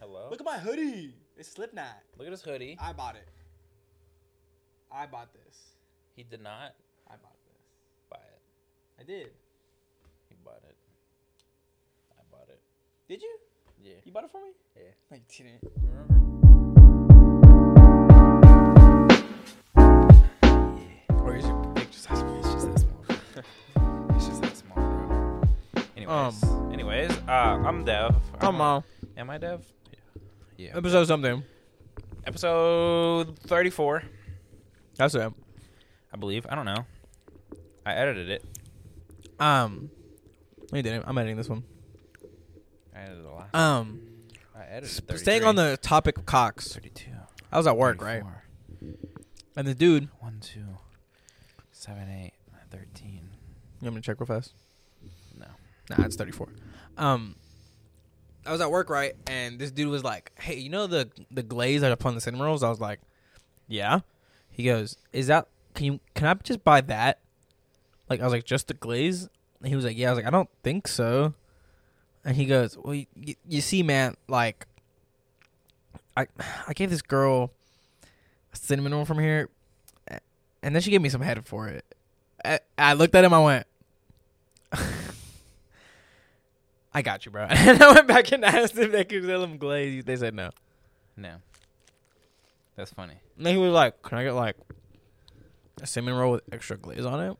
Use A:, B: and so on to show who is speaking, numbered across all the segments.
A: bro.
B: Look at my hoodie. It's Slipknot.
A: Look at his hoodie.
B: I bought it. I bought this.
A: He did not
B: I bought this.
A: buy it.
B: I did.
A: He bought it. I bought it.
B: Did you?
A: Yeah.
B: You bought it for me?
A: Yeah.
B: No, you didn't.
A: Remember?
C: Or is your picture that small? It's just that small. it's just that small, bro.
A: Anyways, anyways, uh, I'm Dev.
C: Um. Come on. Uh,
A: Am I Dev? Yeah.
C: Episode something.
A: Episode 34,
C: That's it.
A: I believe. I don't know. I edited it.
C: Um, we did it. I'm editing this one.
A: I edited the last.
C: Um,
A: I edited.
C: sp- staying on
A: 33.
C: the topic of cocks.
A: 32.
C: I was at work, right?
A: 34,
C: And the dude, you
A: 1, 2, 7, 8, 13.
C: want me to check real fast?
A: No.
C: Nah, it's 34. Um, I was at work, right? And this dude was like, "Hey, you know the the glaze that's upon the cinnamon rolls?" I was like, "Yeah." He goes, "Is that can you can I just buy that?" Like I was like, "Just the glaze?" And he was like, "Yeah." I was like, "I don't think so." And he goes, "Well, you, you, you see, man, like I I gave this girl a cinnamon roll from here, a- and then she gave me some head for it." I, I looked at him. I went. I got you, bro. and I went back and asked if they could sell him glaze. They said no.
A: No. That's funny.
C: And then he was like, Can I get like a cinnamon roll with extra glaze on it?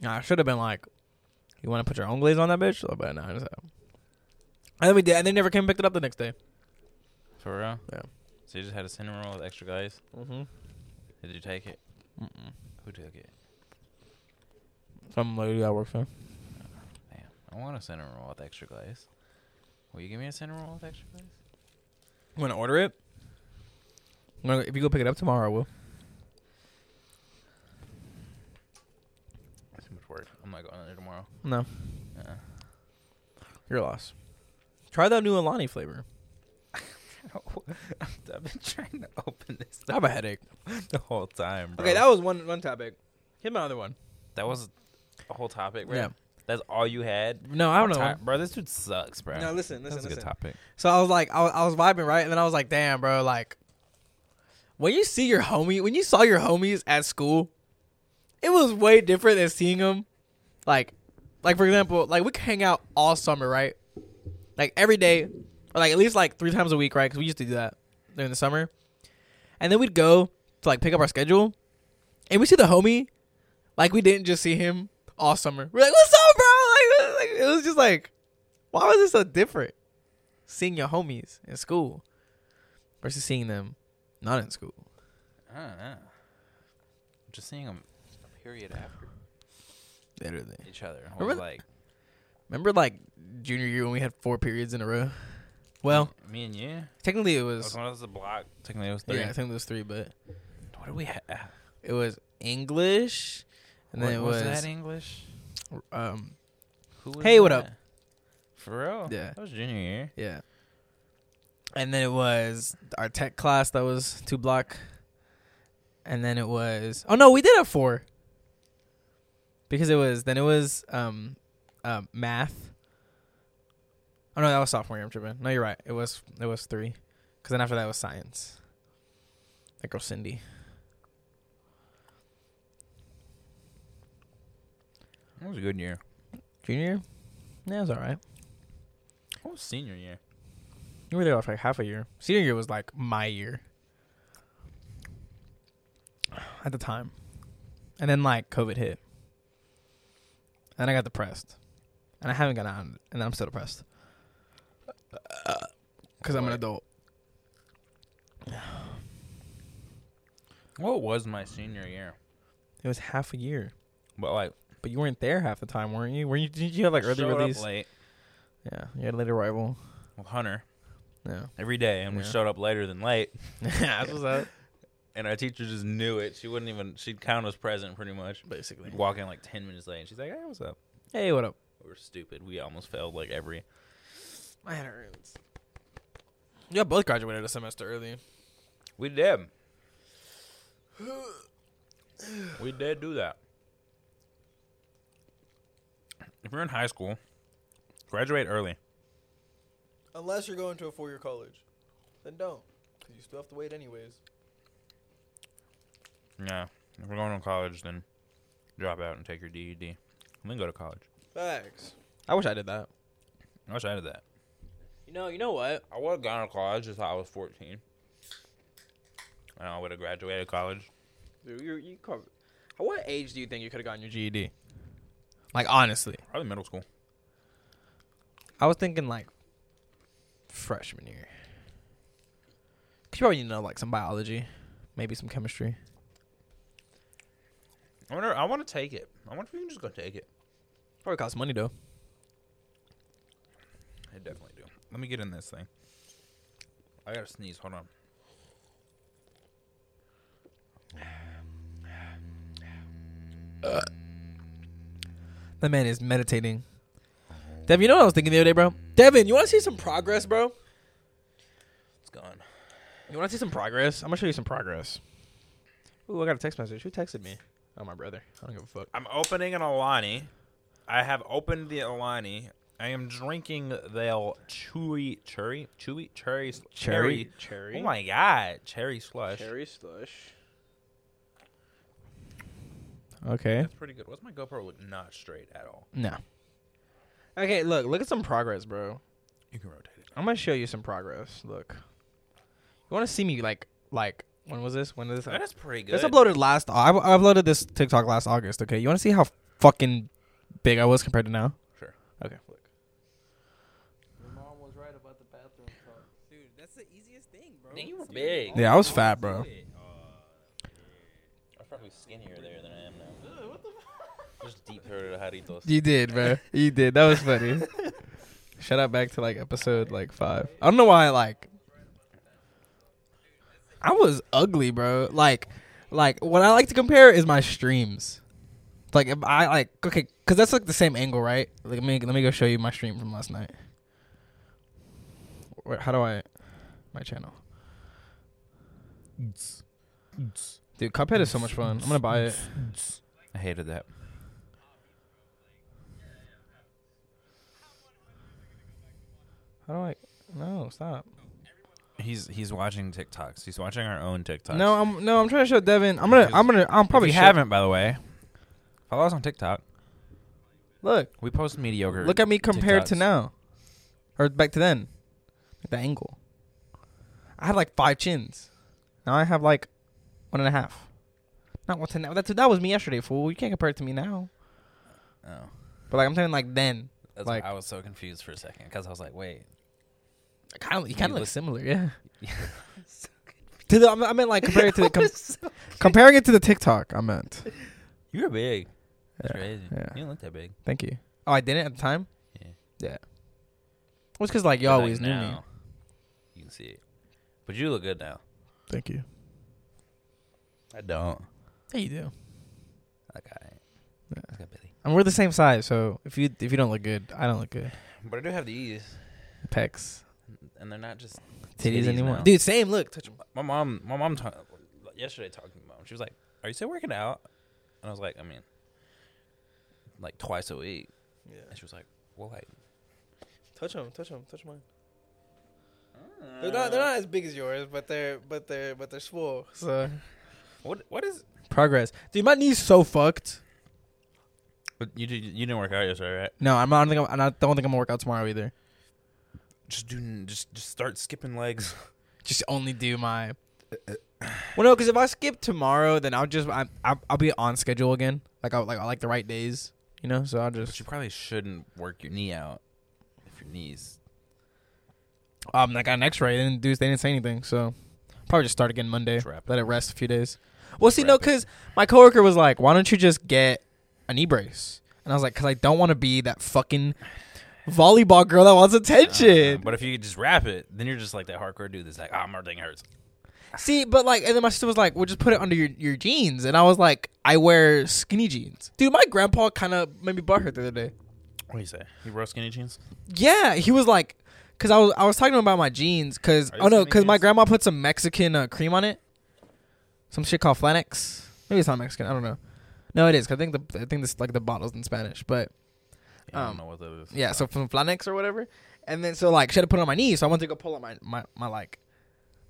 C: Now, I should have been like, You want to put your own glaze on that bitch? But no, I just And then we did. And they never came and picked it up the next day.
A: For real?
C: Yeah.
A: So you just had a cinnamon roll with extra glaze?
C: Mm-hmm.
A: Did you take it?
C: Mm-mm.
A: Who took it?
C: Some lady I work for.
A: Damn. I want a cinnamon roll with extra glaze. Will you give me a cinnamon roll with extra glaze?
C: You want to order it? I'm gonna- If you go pick it up tomorrow, I will.
A: That's too much work. I'm not going there tomorrow.
C: No,
A: Uh-uh.
C: your loss. Try that new Alani flavor.
A: Uh-uh. I've been trying to open this
C: I have a headache.
A: the whole time, bro.
C: Okay, that was one one topic. Hit my other one.
A: that was a whole topic, bro.
C: Yeah.
A: That's all you had?
C: No, I don't
A: I'm
C: know.
A: tired- Bro, this dude sucks, bro.
C: No, listen,
A: That's
C: listen,
A: a good
C: listen.
A: topic.
C: So I was like, I was, I was vibing right, and then I was like, damn, bro, like, when you see your homie, when you saw your homies at school, it was way different than seeing them, like, like for example, like we could hang out all summer, right? Like every day, or like at least like three times a week, right? Because we used to do that during the summer, and then we'd go to like pick up our schedule, and we see the homie, like we didn't just see him all summer. We're like, what's up, bro? Like, like it was just like, why was it so different? seeing your homies in school versus seeing them not in school.
A: I don't know. Just seeing them period after
C: Literally.
A: each other. I was
C: Remember-
A: like,
C: Remember like junior year when we had four periods in a row? Well,
A: me and you?
C: technically it
A: It was
C: was
A: one of those block. Technically, it was Mm. three.
C: yeah, I think it was three, but
A: What do we have?
C: it was English and then it
A: was,
C: was,
A: that English?
C: um
A: Who was
C: Hey, what
A: that?
C: up?
A: For real?
C: Yeah.
A: That was junior year.
C: yeah. And then it was our tech class that was two block. And then it was oh no, we did have four. Because it was then it was um uh, math. Oh no, that was sophomore year. I'm tripping. No, you're right. It was it was three, because then after that was science. That girl Cindy.
A: That was a good year.
C: Junior, year? yeah, it was all right.
A: What was senior year?
C: You were there for like half a year. Senior year was like my year at the time, and then like COVID hit, and I got depressed, and I haven't gotten out, of it, and I'm still depressed because Uh, I'm an
A: Right.
C: adult.
A: What was my senior year?
C: It was half a year.
A: But like,
C: But you weren't there half the time, weren't you? Were you? Did you have like early
A: showed up
C: release?
A: late
C: Yeah, you had a late arrival.
A: with Hunter
C: Yeah,
A: every day, and we
C: Yeah.
A: showed up later than late.
C: that's what's up.
A: And our teacher just knew it. She wouldn't even. She'd count us present pretty much.
C: Basically.
A: We'd walk in like ten minutes late, and she's like, "Hey, what's up?"
C: Hey, what up?
A: We were stupid. We almost failed like every.
C: I had earns. Yeah, both graduated a semester early.
A: We did. we did do that. If you're in high school, graduate early.
C: Unless you're going to a four-year college.
D: then don't. Because you still have to wait anyways.
A: Yeah. If we're going to college, then drop out and take your E DED. And then go to college.
D: Facts.
C: I wish I did that.
A: I wish I did that.
C: You know, you know what?
A: I would have gone to college until I was 14. And I would have graduated college.
C: Dude, you you cover. At what age do you think you could have gotten your E GED? Like honestly,
A: Probably middle school.
C: I was thinking like freshman year. 'Cause you probably need to know like some biology, maybe some chemistry.
A: I wonder. I want to take it. I wonder if we can just go take it.
C: Probably costs money though.
A: I definitely do. Let me get in this thing. I gotta sneeze. Hold on.
C: That man is meditating. Devin, you know what I was thinking the other day, bro? Devin, you want to see some progress, bro?
A: It's gone.
C: You want to see some progress? I'm gonna show you some progress. Ooh, I got a text message. Who texted me? Oh, my brother. I don't give a fuck.
A: I'm opening an Alani. I have opened the Alani. I am drinking the chewy cherry chewy cherry sl-
C: Cherry?
A: cherry. Oh my god, cherry slush.
D: Cherry slush.
C: Okay.
A: That's pretty good. What's my GoPro look not straight at all?
C: No. Okay, look, look at some progress, bro.
A: You can rotate it.
C: I'm gonna show you some progress. Look, you want to see me like like when was this? When was this?
A: That is pretty good.
C: This uploaded last. I I uploaded this TikTok last August. Okay, you want to see how fucking big I was compared to now?
A: Sure.
C: Okay.
D: Your mom was right about the bathroom talk.
E: Dude, that's the easiest thing, bro.
A: Dang, you were big.
C: Yeah, I was fat, bro.
A: I was probably skinnier there than I am now. Just deep throated Haritos.
C: You did, bro. You did. That was funny. Shout out back to like episode like five. I don't know why like I was ugly, bro. Like like what I like to compare is my streams. Like if I like okay, cause that's like the same angle, right? Like, let me let me go show you my stream from last night. Wait, how do I my channel? Dude, Cuphead is so much fun. I'm gonna buy it.
A: I hated that.
C: How do I? No, stop.
A: He's he's watching TikToks. He's watching our own TikToks.
C: No, I'm no, I'm trying to show Devin. I'm gonna, I'm gonna, I'm probably
A: if you
C: show-
A: haven't, by the way. Follow us on TikTok.
C: Look,
A: We post mediocre.
C: look at me compared to
A: TikToks.
C: now, or back to then, at the angle. I had like five chins. Now I have like one and a half. Not one ten. That that was me yesterday, fool. You can't compare it to me now.
A: Oh.
C: But like I'm saying, like then,
A: That's
C: Like-
A: why I was so confused for a second because I was like, wait.
C: I kind of, you kind
A: You
C: of look
A: look-
C: similar, yeah.
A: Yeah.
C: To the, I meant like compared to the, com- comparing it to the TikTok. I meant.
A: you were big. That's
C: Yeah,
A: crazy.
C: yeah.
A: You didn't look that big.
C: Thank you. Oh, I didn't at the time.
A: Yeah.
C: Yeah. Well, it's because like you
A: But, like,
C: always knew me.
A: now, You can see it. But you look good now.
C: Thank you.
A: I don't.
C: Yeah, you do.
A: Like I.
C: Yeah.
A: I got busy.
C: And we're the same size, so if you if you don't look good, I don't look good.
A: But I do have these,
C: Pecs,
A: and they're not just
C: titties, anymore,
A: now.
C: dude. Same. Look, touch 'em.
A: My mom. My mom. Ta- yesterday talking about. 'em, She was like, "Are you still working out?" And I was like, "I mean, like twice a week."
D: Yeah.
A: And she was like, "Well, like."
D: Touch them. Touch them. Touch mine. They're not. They're not as big as yours, but they're. But they're. But they're swole.
C: So
A: What? What is?
C: progress, dude. My knee's so fucked.
A: You did, you didn't work out yesterday, right?
C: No, I'm not. I don't think I'm, I don't- don't think I'm gonna work out tomorrow either.
A: Just do. Just just start skipping legs.
C: Just only do my. Well, no, because if I skip tomorrow, then I'll just I, I I'll be on schedule again. Like I like I like the right days, you know. So I'll
A: But
C: just
A: you probably shouldn't work your knee out if your knees.
C: um I got an X-ray. They didn't do they didn't say anything, so probably just start again Monday.
A: Just wrap it.
C: Let it rest a few days. Well, see, no,
A: Wrap it.
C: because my coworker was like, "Why don't you just get a knee brace?" And I was like, "Cause I don't want to be that fucking volleyball girl that wants attention."
A: Uh, but if you just wrap it, then you're just like that hardcore dude that's like, ah, my thing hurts.
C: see, but like, and then my sister was like, "Well, just put it under your, your jeans," and I was like, "I wear skinny jeans, dude." My grandpa kind of made me butt hurt the other day.
A: What do you say? You wear skinny jeans?
C: Yeah, he was like, "Cause I was I was talking to him about my jeans, cause
A: Are you
C: oh no,
A: skinny
C: cause my
A: jeans?
C: grandma put some Mexican uh, cream on it, some shit called Flanex. Maybe it's not Mexican. I don't know. No, it is. 'cause I think the I think this like the bottles in Spanish, but."
A: Yeah, I
C: Um,
A: don't know what that is.
C: Yeah, so from Flanex or whatever. And then so like she had to put it on my knee, so I went to go pull up my my, my like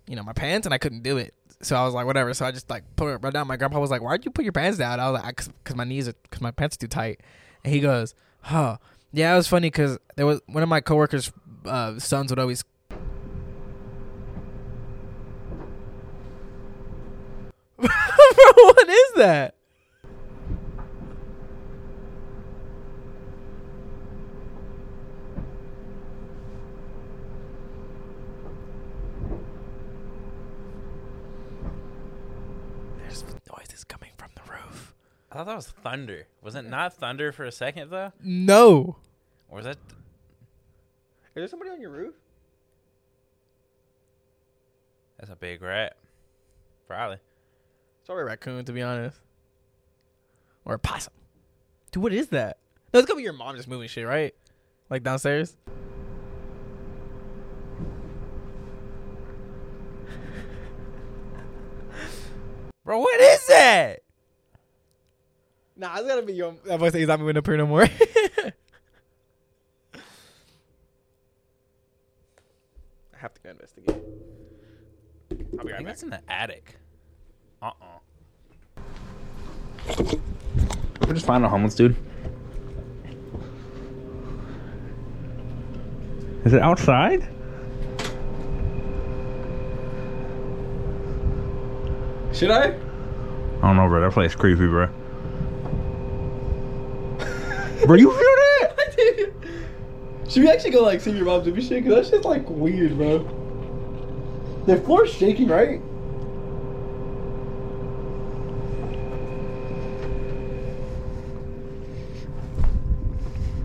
C: you know, my pants and I couldn't do it. So I was like, whatever. So I just like put it right down. My grandpa was like, why'd you put your pants down? I was like, cause, cause my knees are, cause my pants are too tight. And he goes, huh. Yeah, it was funny because there was one of my coworkers' uh, sons would always Bro, what is that? There's noises coming from the roof.
A: I thought that was thunder. Was it not thunder for a second though?
C: No.
A: Or was that?
D: Is there somebody on your roof?
A: That's a big rat. Probably.
C: Sorry, raccoon, to be honest. Or a possum. Dude, what is that? No, it's gonna be your mom just moving shit, right? Like downstairs? Bro, what is that? Nah, it's gotta be your. That voice is not moving up here no more.
D: I have to go investigate.
A: I'll be right That's in the attic. Uh uh We're just finding a homeless dude. Is it outside?
D: Should I?
A: I don't know, bro. That place creepy, bro. bro, you feel that?
D: Should we actually go like see your mom's doing shit? Cause that's just like weird, bro. The floor's shaking, right?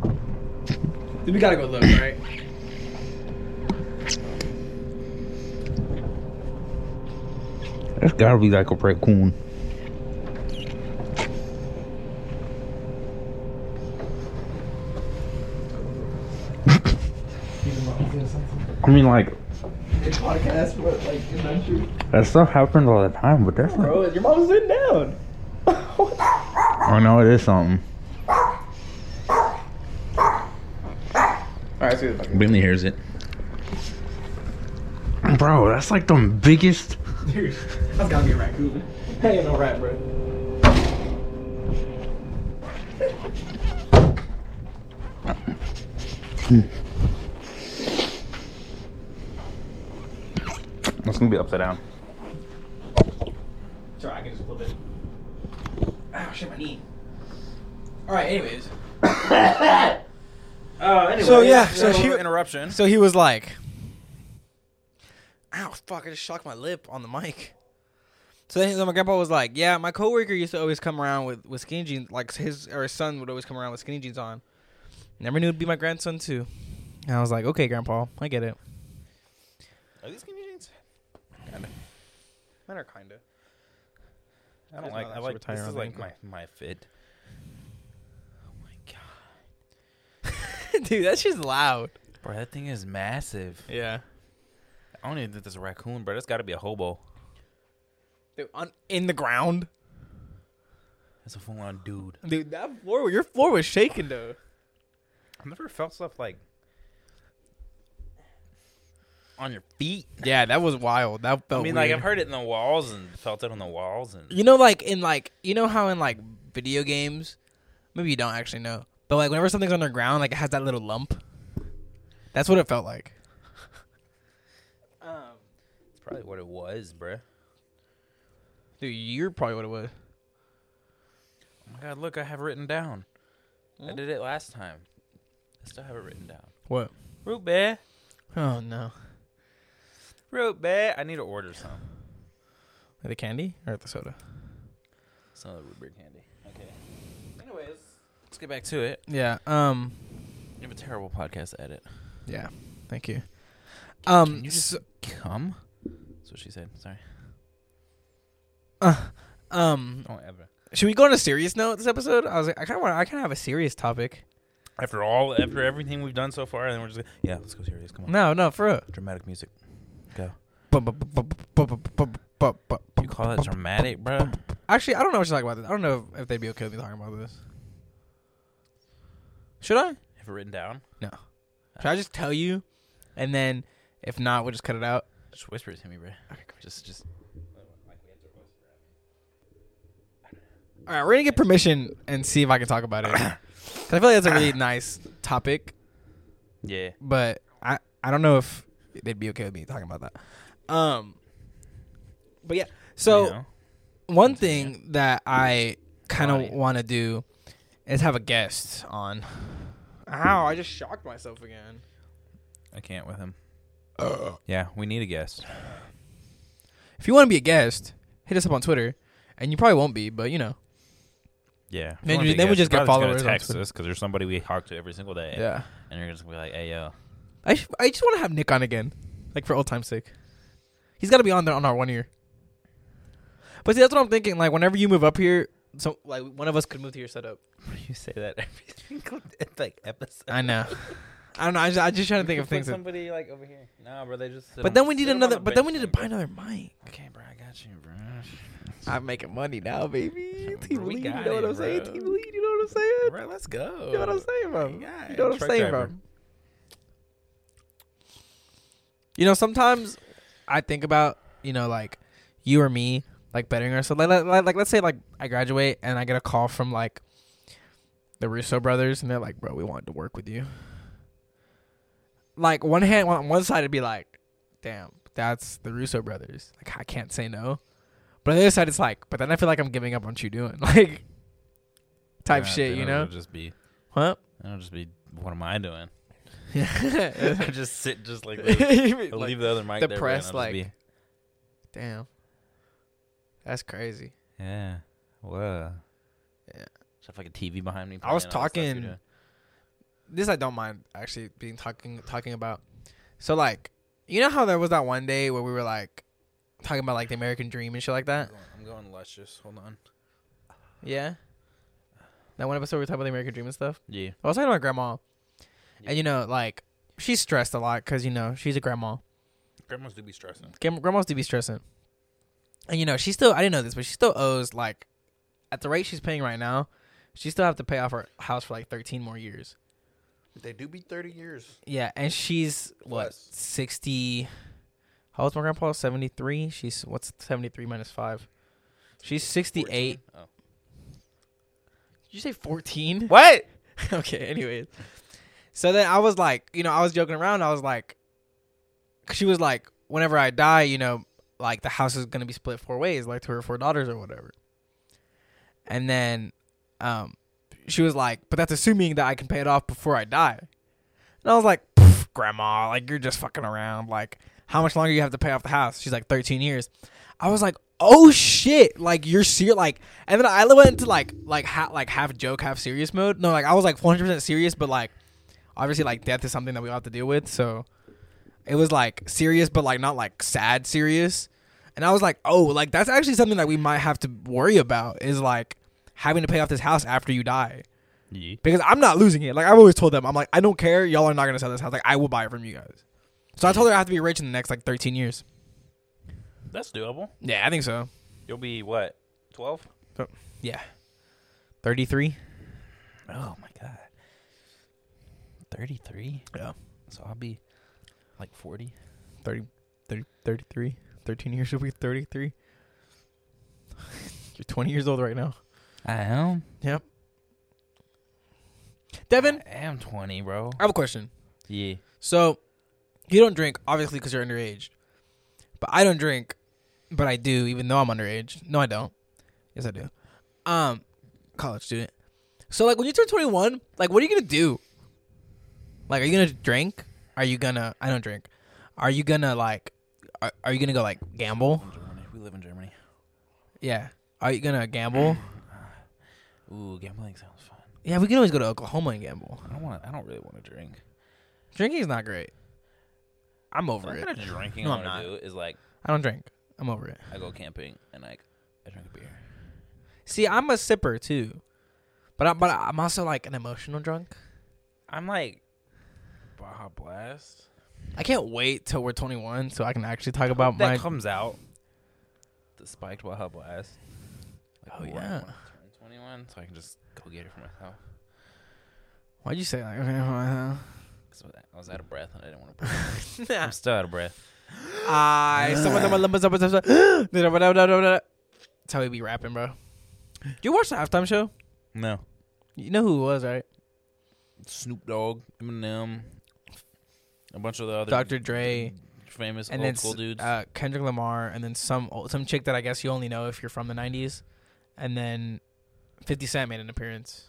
C: Dude, we gotta go look, right?
A: That's gotta be like a raccoon. I mean, like,
D: It's podcast, but like it's not true.
A: that stuff happens all the time, but that's not.
D: Bro, your mom's sitting down.
A: I know it is something.
D: Alright, see the fucking
A: Bentley hears it. Bro, that's like the biggest.
D: dude. That's gotta be a raccoon. Hey, no rat, bro.
A: That's gonna be upside down.
D: Sorry, I can just flip it.
C: Ah,
D: Oh shit, my knee.
C: Alright, anyways.
D: Uh, anyway.
C: So, yeah, so
A: Little
C: she-
A: interruption.
C: So he was like, "Ow, fuck! I just shocked my lip on the mic." So then so my grandpa was like, "Yeah, my coworker used to always come around with, with skinny jeans. Like his or his son would always come around with skinny jeans on. Never knew it'd be my grandson too." And I was like, "Okay, grandpa, I get it."
A: Are these skinny jeans?
D: Mine are kinda.
A: I don't
C: It's
A: like.
C: not
A: I
C: that
A: like.
C: super tight
A: This is
C: around the
A: like
C: ankle.
A: my my fit. Oh my god,
C: Dude, that's just loud.
A: bro, that thing is massive.
C: Yeah.
A: I don't even think there's a raccoon, bro. That's got to be a hobo.
C: Dude, on, in the ground.
A: That's a full on dude.
C: Dude, that floor, your floor was shaking though.
A: I've never felt stuff like on your feet.
C: Yeah, that was wild. That felt.
A: I mean, like
C: weird.
A: I've heard it in the walls and felt it on the walls and
C: You know, like in like you know how in like video games, maybe you don't actually know, but like whenever something's underground, like it has that little lump. That's what it felt like.
D: Um,
A: it's probably what it was, bro.
C: Dude, you're probably what it was.
A: Oh my god, look, I have written down. I did it last time. I still have it written down.
C: What?
A: Root beer,
C: Oh no,
A: root beer. I need to order some.
C: the candy or the soda?
A: Some of the root beer candy. Okay. Anyways, let's get back to it.
C: Yeah. Um.
A: You have a terrible podcast to edit.
C: Yeah. Thank you. Um.
A: Can you just
C: so-
A: come? That's what she said. Sorry.
C: uh, um.
A: Don't Oh, ever.
C: Should we go on a serious note this episode? I was like, I kind of want. I kind of have a serious topic.
A: After all, after everything we've done so far, then we're just gonna, yeah, let's go serious. Come on.
C: No, no, for real.
A: Dramatic music. Go. You
C: You
A: call that dramatic, bro?
C: Actually, I don't know what you're talking about. This. I don't know if they'd be okay with me talking about this. Should I?
A: Have it written down?
C: Should I just tell you, and then if not, we'll just cut it out?
A: Just whisper it to me, bro. Just, just.
C: All right, we're gonna get permission and see if I can talk about it. 'Cause I feel like that's a really nice topic,
A: Yeah.
C: but I I don't know if they'd be okay with me talking about that. Um, but yeah, so
A: you know?
C: one thing that I kind of
A: Body.
C: want to do is have a guest on. Ow! I just shocked myself again.
F: I can't with him. yeah, we need a guest.
C: If you want to be a guest, hit us up on Twitter, and you probably won't be, but you know,
A: Yeah.
C: Then we- then we just get followers on
F: Text
C: Twitter.
F: us because there's somebody we talk to every single day.
C: yeah.
A: And you're just gonna be like, hey yo.
C: I sh- I just want to have Nick on again, like for old time's sake. He's got to be on there on our one year. But see, that's what I'm thinking. Like, whenever you move up here, so like one of us could move to your setup.
A: You say that every single day, like episode.
C: I know. I don't know. I just, I just trying to think of things. That,
A: somebody like over here. No, bro. They just.
C: but then we need another. But then we need to buy another mic.
A: Okay, bro. I got you, bro.
C: I'm making money now, baby.
A: Bro,
C: Team
A: we
C: lead, you
A: got
C: know what
A: it,
C: I'm saying?
A: bro.
C: Team lead, you know what I'm saying?
A: Bro, let's go.
C: You know what I'm saying, bro?
A: We got
C: You know what I'm
F: truck
C: saying,
F: driver.
C: bro? You know, sometimes I think about you know like you or me like bettering ourselves. Like, like, like let's say like I graduate and I get a call from like the Russo brothers and they're like, "Bro, we wanted to work with you." Like one hand, on one side would be like, "Damn, that's the Russo brothers." Like I can't say no, but on the other side, it's like, but then I feel like I'm giving up on what you doing, like type
A: Yeah,
C: shit,
A: then
C: you
A: it'll
C: know?
A: Just be.
C: Huh?
A: It'll just be. What am I doing?
C: Yeah.
A: I just sit just like this. I'll
C: like,
A: leave the other mic there. bro, and
C: depressed,
A: I'll just be-
C: like- damn, that's crazy.
A: Yeah. Whoa.
C: Yeah.
A: Just have like a TV behind me. playing all
C: I was
A: the stuff you're
C: talking-
A: doing.
C: this I don't mind actually being talking talking about. So like, you know how there was that one day where we were like talking about like the American dream and shit like that.
F: I'm going luscious. Hold on.
C: Yeah. That one episode we were talking about the American dream and stuff.
A: Yeah.
C: I was talking about grandma, and you know like she's stressed a lot because you know she's a grandma.
F: Grandmas do be stressing.
C: Grandma- Grandmas do be stressing, and you know she still I didn't know this, but she still owes like at the rate she's paying right now, she still have to pay off her house for like thirteen more years.
F: They do be 30 years.
C: Yeah, and she's what
F: Plus.
C: sixty. How old's my grandpa? Seventy three. She's what's seventy three minus five? She's sixty eight.
A: Oh.
C: Did you say fourteen?
A: What?
C: okay. Anyways, so then I was like, you know, I was joking around. I was like, 'cause she was like, whenever I die, you know, like the house is gonna be split four ways, like to her four daughters or whatever. And then, um, she was like, but that's assuming that I can pay it off before I die. And I was like, "Pff, grandma, like you're just fucking around. Like, how much longer you have to pay off the house? She's like, thirteen years. I was like, oh shit, like you're serious, like. And then I went into like, like, ha- like half joke, half serious mode. No, like I was like 100 percent serious, but like, obviously, like death is something that we all have to deal with. So, it was like serious, but like not like sad serious. And I was like, oh, like that's actually something that we might have to worry about is like having to pay off this house after you die
A: Yeah.
C: because I'm not losing it. Like I've always told them, I'm like, I don't care. Y'all are not gonna sell this house. Like I will buy it from you guys. So I told her I have to be rich in the next like 13 years.
A: That's doable.
C: Yeah, I think so.
A: You'll be what? Twelve?
C: Yeah, 33.
A: Oh my god. Thirty-three.
C: Yeah,
A: So I'll be like forty.
C: 30, 30 33. 13 years will be 33. You're 20 years old right now.
A: I am.
C: Yep. Devin,
A: I am twenty, bro.
C: I have a question.
A: Yeah.
C: So, you don't drink, obviously, because you're underage. But I don't drink, but I do, even though I'm underage. No, I don't. Yes, I do. Um, college student. So, like, when you turn 21, like, what are you gonna do? Like, are you gonna drink? Are you gonna? I don't drink. Are you gonna like? Are, are you gonna go like gamble?
A: Germany. We live in Germany.
C: Yeah. Are you gonna gamble?
A: Ooh, gambling sounds fun.
C: Yeah, we can always go to Oklahoma and gamble.
A: I don't want. to I don't really want to drink.
C: Drinking's not great. I'm over
A: What
C: it.
A: kind of drinking
C: No,
A: I
C: I'm
A: want
C: not.
A: to do is like
C: I don't drink. I'm over it.
A: I go camping and like I drink a beer.
C: See, I'm a sipper too, but I, but I'm also like an emotional drunk.
A: I'm like Baja Blast.
C: I can't wait till we're 21 so I can actually talk about
F: That
C: my.
F: comes out.
A: the spiked Baja Blast. Like,
C: Oh,
A: right when I
C: yeah.
A: turn 21, so I can just go get it for myself.
C: Why'd you say that?
A: Cause I was out of breath and I didn't want to. I'm still out of breath.
C: I someone someone someone someone someone- someone- That's how we be rapping, bro. Did you watch the halftime show?
A: No.
C: You know who it was, right?
A: Snoop Dogg, Eminem, a bunch of the other
C: Dr. Dre,
A: famous
C: and
A: old
C: then
A: school dudes.
C: uh, Kendrick Lamar, and then some old, some chick that I guess you only know if you're from the '90s, and then 50 Cent made an appearance.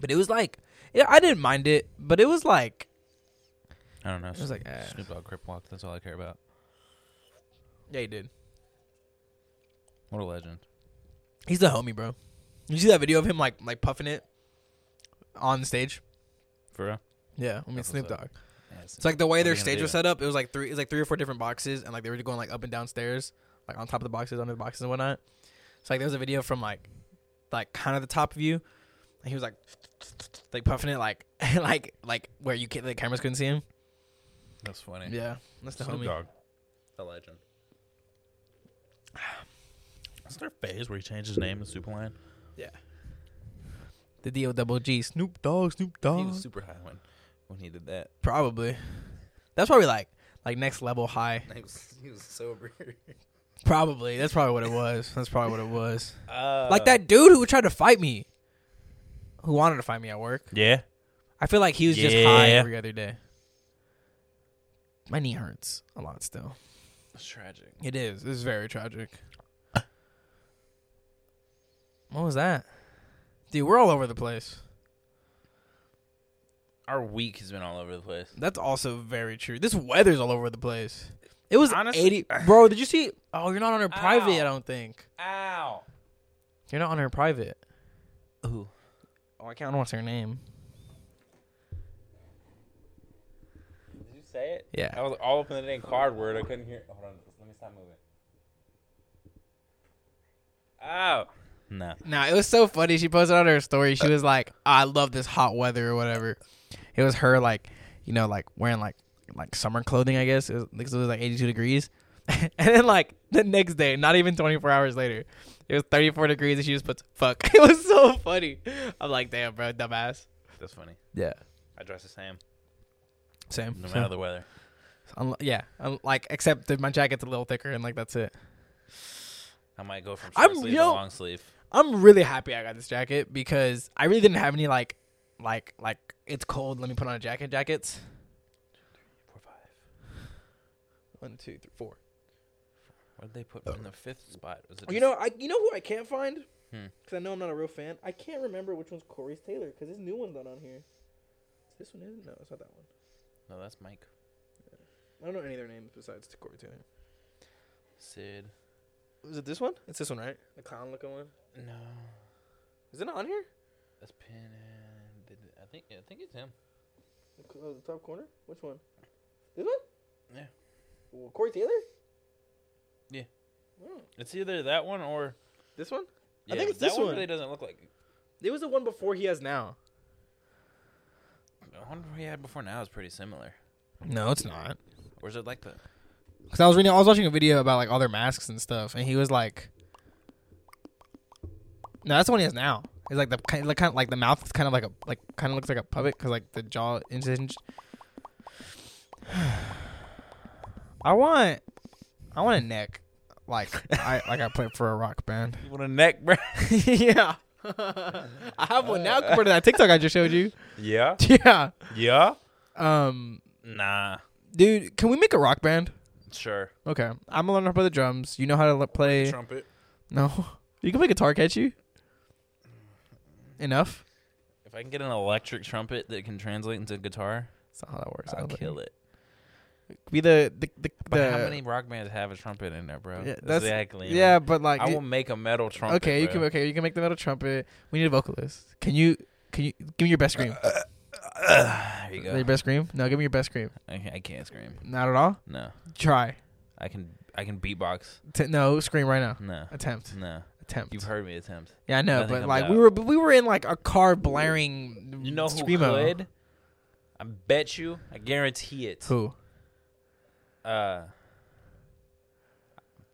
C: But it was like, yeah, I didn't mind it, but it was like,
A: I don't know.
C: it was like, eh.
A: Snoop Dogg Crip Walk. That's all I care about.
C: yeah, he did.
A: What a legend.
C: He's the homie, bro. You see that video of him like like puffing it on stage?
A: For real.
C: Yeah, I
A: That's
C: mean
A: what's
C: Snoop
A: up.
C: Dogg. It's like the way
A: What are
C: their
A: you gonna
C: stage
A: do?
C: was set up. It was like three, it was like three or four different boxes, and like they were going like up and down stairs, like on top of the boxes, under the boxes and whatnot. So like there was a video from like, like kind of the top view, and he was like, like puffing it like, like like where you can the cameras couldn't see him.
A: That's funny.
C: Yeah, that's the
F: Snoop
C: homie.
F: Dogg.
A: A legend. Is there a phase where he changed his name to Superman?
C: The D O double G Snoop Dogg, Snoop Dogg.
A: He was super high when, when he did that.
C: probably. That's probably like like next level high.
A: He was, he was sober.
C: Probably that's probably what it was. That's probably what it was.
F: Uh,
C: like that dude who tried to fight me, who wanted to fight me at work.
F: Yeah.
C: I feel like he was just high
F: Yeah.
C: every other day. My knee hurts a lot still.
A: That's tragic.
C: It is. It's very tragic. what was that? Dude, we're all over the place.
A: Our week has been all over the place.
C: That's also very true. This weather's all over the place. It was
F: Honest-
C: 80. Bro, did you see? Oh, you're not on her private, I don't think.
F: Ow.
C: You're not on her private.
A: Ooh.
C: Oh, I can't. What's her name?
F: Did you say it? I
C: Yeah.
F: was all up in the dang card word. I couldn't hear. Hold on. Let me stop moving. Ow.
A: No.
C: Nah, it was so funny. She posted on her story. She was like, "I love this hot weather or whatever." It was her like, you know, like wearing like like summer clothing, I guess. It was, like, so it was like 82 degrees, and then like the next day, not even 24 hours later, it was 34 degrees, and she just puts "fuck." It was so funny. I'm like, damn, bro, dumbass.
A: That's funny.
C: Yeah.
F: I dress the same.
C: Same.
A: No
C: same.
A: matter the weather.
C: Un- yeah. un- like, except that my jacket's a little thicker, and like that's it.
A: I might go from short
C: I'm-
A: sleeve
C: you
A: to
C: know-
A: long sleeve.
C: I'm really happy I got this jacket because I really didn't have any like, like, like it's cold. Let me put on a jacket. Jackets.
A: Four, five.
C: One, two, three, four.
A: What did they put in the fifth spot? Was it
C: Oh, You
A: just-
C: know, I you know who I can't find
A: Hmm.
C: because I know I'm not a real fan. I can't remember which one's Corey's Taylor because this new one's not on here. This one isn't. No, it's not that one.
A: No, that's Mike.
C: I don't know any other names besides Corey Taylor.
A: Sid.
C: Is it this one? It's this one, right? The clown looking one.
A: No.
C: Is it not on here?
A: That's Pin and did it- I think I think it's him.
C: The, cl- uh, the top corner. Which one? This one?
A: Yeah.
C: Well, Corey Taylor.
A: Yeah.
C: Oh,
A: It's either that one or
C: this one. I
A: Yeah,
C: think it's
A: that
C: this one.
A: really doesn't look like
C: It was the one before he has now.
A: the one we had before now is pretty similar.
C: No, it's not.
A: Or is it like the
C: Cause I was reading, I was watching a video about like all their masks and stuff, and he was like, "No, that's the one he has now." It's like the kind, like, kind of like the mouth is kind of like a like kind of looks like a puppet because like the jaw incision. I want, I want a neck, like I like I play for a rock band.
F: You want a neck, bro?
C: yeah, I have one now compared to that TikTok I just showed you.
F: Yeah.
C: Yeah,
F: Yeah.
C: um,
A: Nah.
C: dude, can we make a rock band?
A: Sure.
C: Okay, I'm gonna learn how to play the drums. You know how to l- play.
F: Trumpet.
C: No. You can play guitar, can't you? Enough?
A: If I can get an electric trumpet that can translate into guitar,
C: That's not how that works.
A: I'll kill it.
C: Be the the the,
A: But
C: the
A: how many rock bands have a trumpet in there, bro?
C: Yeah, that's-
A: exactly.
C: Yeah, but like
A: I
C: you-
A: will make a metal trumpet.
C: okay, you can
A: bro.
C: okay, you can make the metal trumpet. We need a vocalist. Can you can you give me your best scream?
A: Uh, There you
C: Your
A: go.
C: best scream? No, give me your best scream.
A: I can't, I can't scream.
C: Not at all.
A: No.
C: Try.
A: I can I can beatbox.
C: T- no, scream right now.
A: No.
C: Attempt.
A: No.
C: Attempt.
A: You've heard me attempt.
C: yeah, I know,
A: nothing
C: but like
A: about-
C: we were but we were in like a car blaring
A: You know who
C: screamo.
A: could? I bet you. I guarantee it.
C: Who?
A: Uh,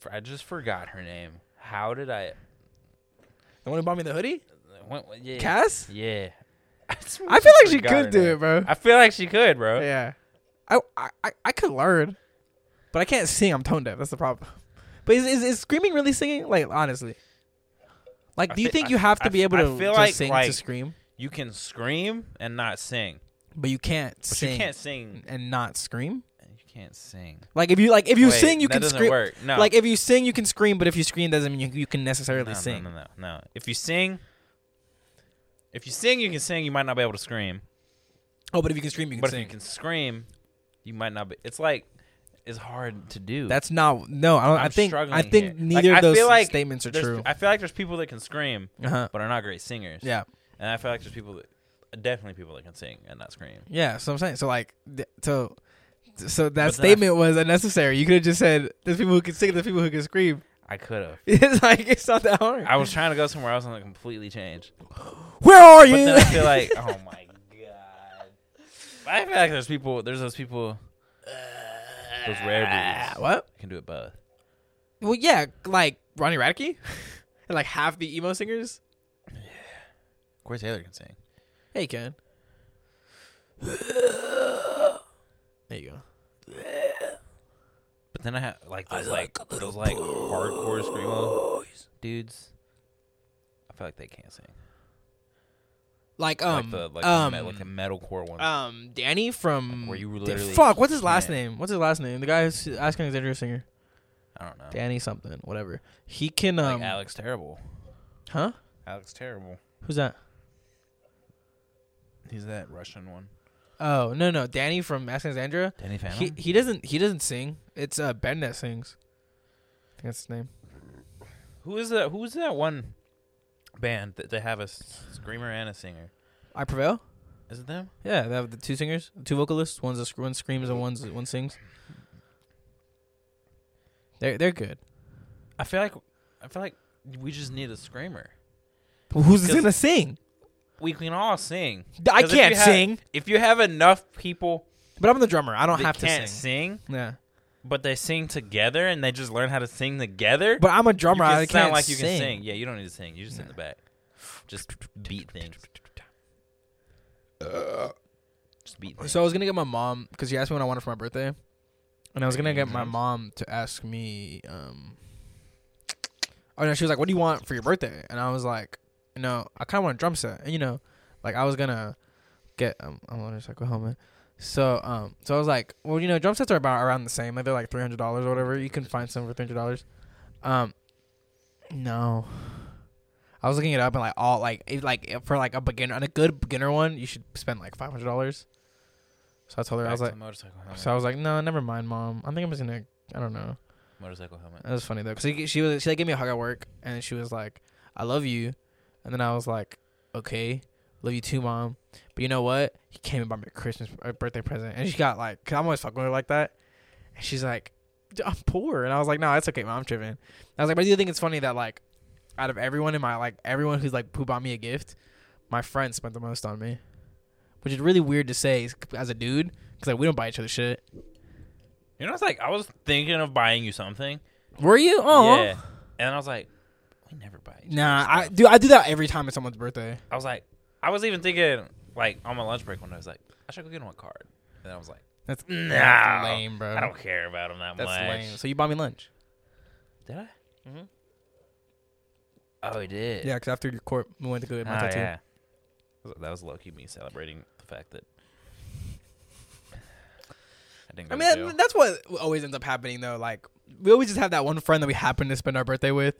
A: f- I just forgot her name. How did I?
C: The one who bought me the hoodie?
A: What, what- yeah,
C: Cass?
A: Yeah. I,
C: I feel like she
F: forgot her
C: could do
F: name.
C: it, bro.
A: I feel like she could, bro.
C: Yeah. I I I- I could learn. But I can't sing. I'm tone deaf. That's the problem. But is is, is screaming really singing? Like honestly, like
A: I
C: do you
A: thi-
C: think
A: I-
C: you have
A: I
C: to be
A: f-
C: able
A: I
C: to,
A: feel
C: to
A: like-
C: sing to
A: like-
C: scream?
A: You can scream and not sing,
C: But you can't
A: but
C: sing
A: you can't sing.
C: and not scream.
A: You can't sing.
C: Like if you like if you
A: Wait,
C: sing, you
A: that
C: can
A: doesn't
C: scream.
A: work. No.
C: Like if you sing, you can scream. But if you scream, doesn't mean you, you can necessarily
A: No, no,
C: sing.
A: no, no, no. If you sing, if you sing, you can sing. You might not be able to scream,
C: Oh, but if you can scream, you can
A: but
C: sing.
A: if you can scream, you might not be. It's like it's hard to do.
C: That's not no. I don't. i
A: I'm
C: think I
A: struggling
C: think
A: here. Like,
C: neither
A: I
C: of those
A: feel like
C: statements are
A: there's-
C: true.
A: I feel like there's people that can scream
C: uh-huh.
A: but are not great singers.
C: Yeah.
A: and I feel like there's people that definitely people that can sing and not scream.
C: Yeah, so I'm saying so like th- so so that
A: then I-
C: statement was unnecessary. You could have just said there's people who can sing, there's people who can scream.
A: I could have.
C: It's like it's not that hard.
A: I was trying to go somewhere else and it completely changed.
C: Where are
A: But
C: you?
A: then I feel like, oh my god. I feel like there's people. There's those people. Those rare breeds
C: Ah, what?
A: that can do it both.
C: Well, yeah, like Ronnie Radke and like half the emo singers.
A: Corey Taylor can sing.
C: Hey, you can. There you go.
A: But then I have like those like, those like hardcore screamo dudes. I feel like they can't sing.
C: Like
A: like
C: um
A: the like
C: um
A: the, me- like the metalcore ones.
C: um Danny from
A: Like, where you
C: the-
A: literally
C: fuck what's his last
A: can't-
C: name? What's his last name? The guy who's Ask Alexandria singer.
A: I don't know.
C: Danny something, whatever. He can
A: like
C: um
A: Alex Terrible.
C: huh?
A: Alex Terrible.
C: Who's that?
A: He's that Russian one.
C: Oh no no, Danny from Ask Alexandria.
A: Danny Phantom.
C: He he doesn't he doesn't sing. It's uh Ben that sings. I think that's his name.
A: who is that? Who is that one band that they have a s- screamer and a singer?
C: I prevail.
A: Is it them?
C: Yeah, they have the two singers, two vocalists. One's a sc- one screams and one's one sings. They're they're good.
A: I feel like I feel like we just need a screamer.
C: Who's
A: Because-
C: gonna sing?
A: We can all sing.
C: I
A: 'Cause if
C: can't
A: you have-
C: sing.
A: If you have enough people
C: But I'm the drummer. I don't
A: that
C: have to sing.
A: can't sing,
C: Yeah,
A: but they sing together and they just learn how to sing together,
C: but I'm a
A: you
C: drummer.
A: can
C: I
A: sound
C: can't
A: like
C: sing.
A: you can sing. Yeah, you don't need to sing. You just sit in the back, just beat things. Just beat things.
C: So I was gonna get my mom because she asked me what I wanted for my birthday, and I was gonna get my
A: Mhm.
C: mom to ask me. um Oh no, she was like, "What do you want for your birthday?" And I was like, "You know, I kind of want a drum set." And you know, like I was gonna get. Um, I'm gonna just like go home. man. So um, so I was like, "Well, you know, drum sets are about around the same. Like they're like three hundred dollars or whatever. You can find some for three hundred dollars." Um, no. I was looking it up and like all like it, like for like a beginner and a good beginner one, you should spend like five hundred dollars. So I told her I
A: Back
C: was
A: to
C: like,
A: the motorcycle helmet.
C: so I was like, no, never mind, mom. I think I'm just gonna, I don't know.
A: motorcycle helmet.
C: That was funny though, cause she, she was she like gave me a hug at work and she was like, I love you, and then I was like, okay, love you too, mom. But you know what? He came and bought me a Christmas a birthday present, and she got like, cause I'm always fucking with her like that, and she's like, "D- I'm poor, and I was like, no, that's okay, mom, I'm tripping. And I was like, but do you think it's funny that like, out of everyone in my like everyone who's like who bought me a gift, my friend spent the most on me, which is really weird to say as a dude, cause like we don't buy each other shit.
A: You know, it's like I was thinking of buying you something.
C: Were you? Oh.
A: Yeah. And I was like, we never buy. each other
C: Nah, I
A: stuff.
C: do. I do that every time it's someone's birthday.
A: I was like, I was even thinking like on my lunch break one day. I was like, I should go get him a card. And I was like,
C: That's
A: No.
C: lame, bro.
A: I don't care about him that
C: That's
A: much.
C: lame. So you bought me lunch?
A: Did I? Oh, he did.
C: Yeah, because after your court, we went to go get
A: Oh,
C: my tattoo.
A: yeah. That was low key me celebrating the fact that I didn't. Go
C: I
A: to
C: mean,
A: jail.
C: that, that's what always ends up happening though. Like we always just have that one friend that we happen to spend our birthday with,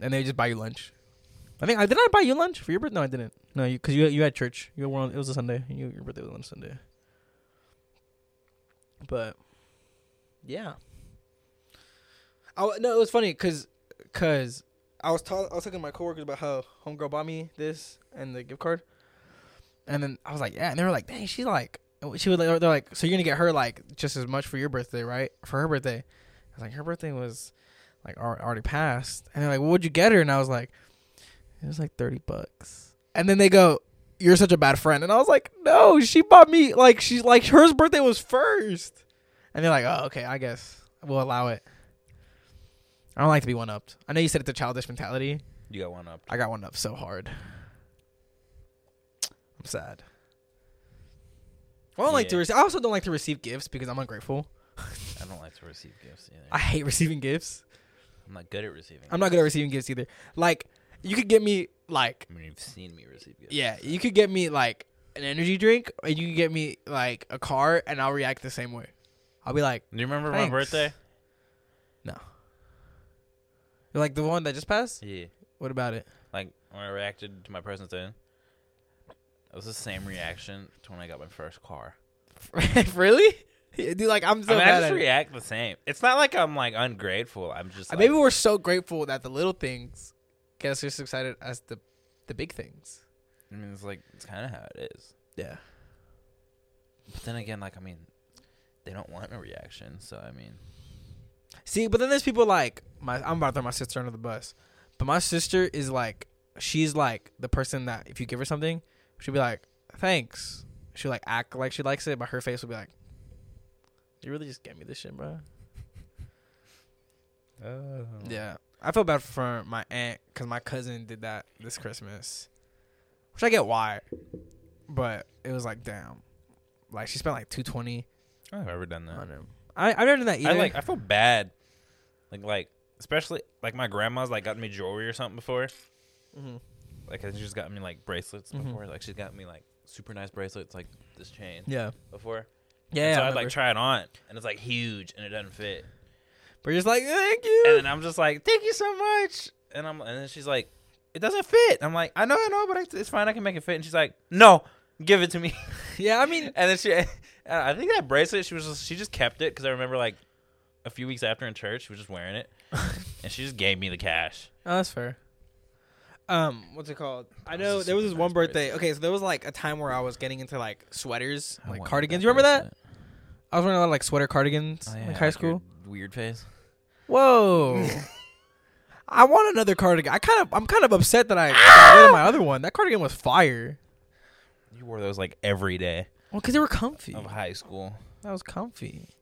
C: and they just buy you lunch. I think I did I buy you lunch for your birthday? No, I didn't. No, you because you you had church. You were on, it was a Sunday. You, your birthday was on a Sunday. But yeah, I w- no, it was funny because because I was ta- I was talking to my coworkers about how homegirl bought me this and the gift card, and then I was like, yeah, and they were like, dang, she's like, she was like, they're like, so you're gonna get her like just as much for your birthday, right? For her birthday, I was like, her birthday was like al- already passed, and they're like, well, what'd you get her? And I was like, it was like thirty bucks, and then they go. You're such a bad friend, and I was like, "No, she bought me like she's like hers birthday was first. and they're like, "Oh, okay, I guess we'll allow it." I don't like to be one upped. I know you said it's a childish mentality,
A: you got one up.
C: I got one up so hard. I'm sad. I don't like to
A: Yeah.
C: receive. I also don't like to receive gifts because I'm ungrateful.
A: I don't like to receive gifts either.
C: I hate receiving gifts.
A: I'm not good at receiving.
C: I'm not good at receiving gifts either. Like you could get me like
A: I mean, you've seen me receive gifts.
C: yeah, you could get me like an energy drink, and you could get me like a car, and I'll react the same way. I'll be like,
A: Do you remember
C: Thanks.
A: my birthday?
C: no. You're like the one that just passed.
A: Yeah.
C: What about it?
A: Like when I reacted to my present then, it was the same reaction to when I got my first car.
C: really? Dude, like I'm so
A: I, mean, I
C: bad
A: just
C: at it.
A: react the same. It's not like I'm like ungrateful. I'm just
C: Uh,
A: like,
C: Maybe we're so grateful that the little things get us just as excited as the the big things.
A: I mean, it's like it's kind of how it is.
C: Yeah.
A: But then again, like I mean, they don't want a reaction. So I mean,
C: See, but then there's people like my. I'm about to throw my sister under the bus, but my sister is like, she's like the person that if you give her something, she'll be like, thanks. She'll like act like she likes it, but her face will be like, you really just gave me this shit, bro. Uh, Yeah, I feel bad for my aunt because my cousin did that this Christmas, which I get why, but it was like damn, like she spent like two twenty
A: I've ever done that.
C: on him. I I've never done that either.
A: I like I feel bad. Like like especially like my grandma's like gotten me jewelry or something before.
C: Mhm.
A: Like I think she's gotten me like bracelets
C: Mhm.
A: before. Like she's gotten me like super nice bracelets like this chain
C: yeah,
A: before.
C: yeah.
A: so
C: I
A: I'd like
C: remember.
A: try it on and it's like huge and it doesn't fit.
C: but you're just like thank you.
A: And then I'm just like, "Thank you so much." And I'm and then she's like, "It doesn't fit." I'm like, "I know, I know, but I, it's fine. I can make it fit." And she's like, "No, give it to me."
C: yeah, I mean,
A: and then she and I think that bracelet she was just, she just kept it cuz I remember like a few weeks after in church, she was just wearing it. and she just gave me the cash.
C: Oh, that's fair. Um, what's it called? I
A: That was
C: know
A: a
C: there was
A: super
C: this one
A: nice
C: birthday. Okay, so there was like a time where I was getting into like sweaters, like cardigans. You remember that? I was wearing a lot of like sweater cardigans
A: Oh,
C: in like high school.
A: Weird face.
C: Whoa. I want another cardigan. I kind of, I'm kind of upset that I got rid of my other one. That cardigan was fire.
A: You wore those like every day
C: Well, because they were comfy.
A: of high school.
C: That was comfy. Oh,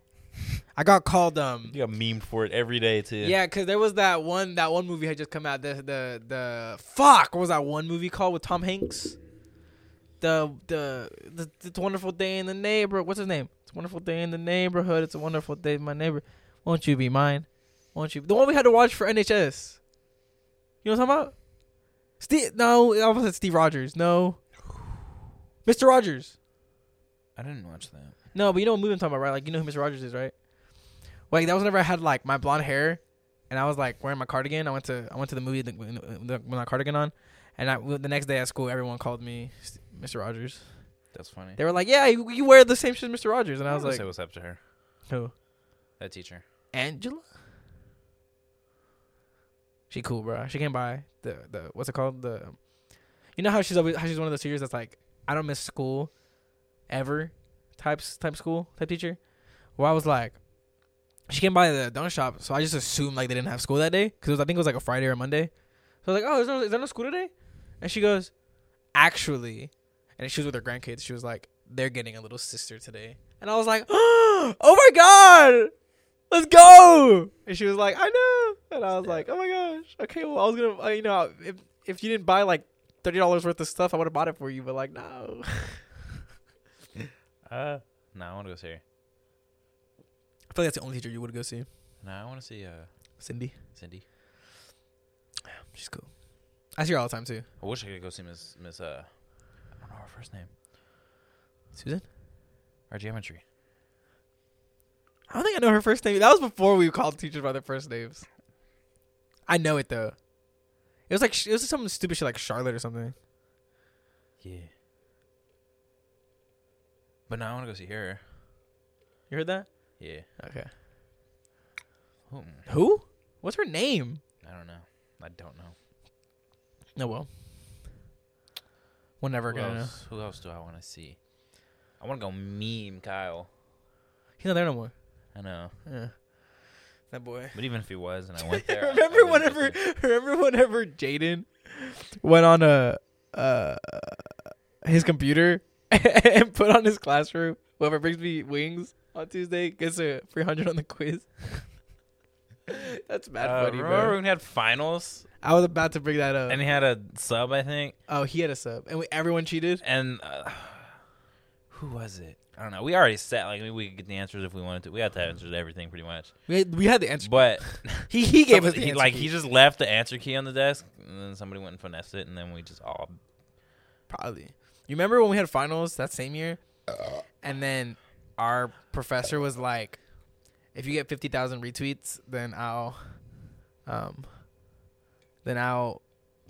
C: I got called um.
A: You got memed for it every day too.
C: Yeah, because there was that one that one movie had just come out. The the the fuck what was that one movie called with Tom Hanks? The the the, the wonderful day in the neighborhood. What's his name? It's a wonderful day in the neighborhood. It's a wonderful day, in my neighbor. Won't you be mine? Won't you? The one we had to watch for NHS. You know what I'm talking about? Steve? No, I almost said Steve Rogers. No, Mr. Rogers.
A: I didn't watch that.
C: No, but you know what movie I'm talking about, right? Like you know who Mr. Rogers is, right? Like that was whenever I had like my blonde hair, and I was like wearing my cardigan. I went to I went to the movie with with my cardigan on, and I the next day at school everyone called me Mr. Rogers.
A: That's funny.
C: They were like, "Yeah, you, you wear the same shit as Mr. Rogers," and I was like,
A: say what's up to her.
C: "Who?
A: That teacher.
C: Angela? She cool, bro. She came by the the what's it called the, you know how she's always how she's one of those teachers that's like I don't miss school, ever, types type school type teacher. Well, I was like, she came by the donut shop, so I just assumed like they didn't have school that day because I think it was like a Friday or a Monday. So I was like, oh, is there, is there no school today? And she goes, actually, and she was with her grandkids. She was like, they're getting a little sister today, and I was like, oh my god let's go. And she was like, I know. And I was like, oh my gosh. Okay, well, I was going to, uh, you know, if, if you didn't buy like $30 worth of stuff, I would have bought it for you. But like, no.
A: Uh, no, I want to go see her.
C: I feel like that's the only teacher you would go see.
A: No, I want to see uh
C: Cindy.
A: Cindy.
C: She's cool. I see her all the time too.
A: I wish I could go see Miss Miss uh, I don't know her first name.
C: Susan?
A: Our geometry.
C: I don't think I know her first name. That was before we called teachers by their first names. I know it though. It was like, sh- it was something stupid shit like Charlotte or something.
A: Yeah. But now I want to go see her.
C: You heard that?
A: Yeah.
C: Okay.
A: Hmm.
C: Who? What's her name?
A: I don't know. I don't know.
C: No, well. We'll never
A: Who
C: gonna know.
A: else, who else do I want to see? I want to go meme Kyle.
C: He's not there no more.
A: I know.
C: Yeah. Eh. That boy.
A: But even if he was and I went there. I- I
C: remember
A: wouldn't
C: whenever
A: listen.
C: remember whenever Jaden went on a uh his computer and put on his classroom whoever brings me wings on Tuesday gets a 300 on the quiz. That's bad
A: Uh,
C: funny,
A: remember
C: bro.
A: when we had finals
C: I was about to bring that up.
A: and he had a sub, I think?
C: oh, he had a sub and we, everyone cheated.
A: And uh, who was it? I don't know. We already set like maybe we could get the answers if we wanted to. We had to
C: Mm-hmm.
A: have answers to everything pretty much.
C: We had, we had the answer.
A: But
C: He he gave us
A: somebody-
C: the
A: he,
C: answer
A: like
C: key.
A: he just left the answer key on the desk, and then somebody went and finessed it, and then we just all
C: Probably. You remember when we had finals that same year? And then our professor was like, if you get 50,000 retweets, then I'll um then I'll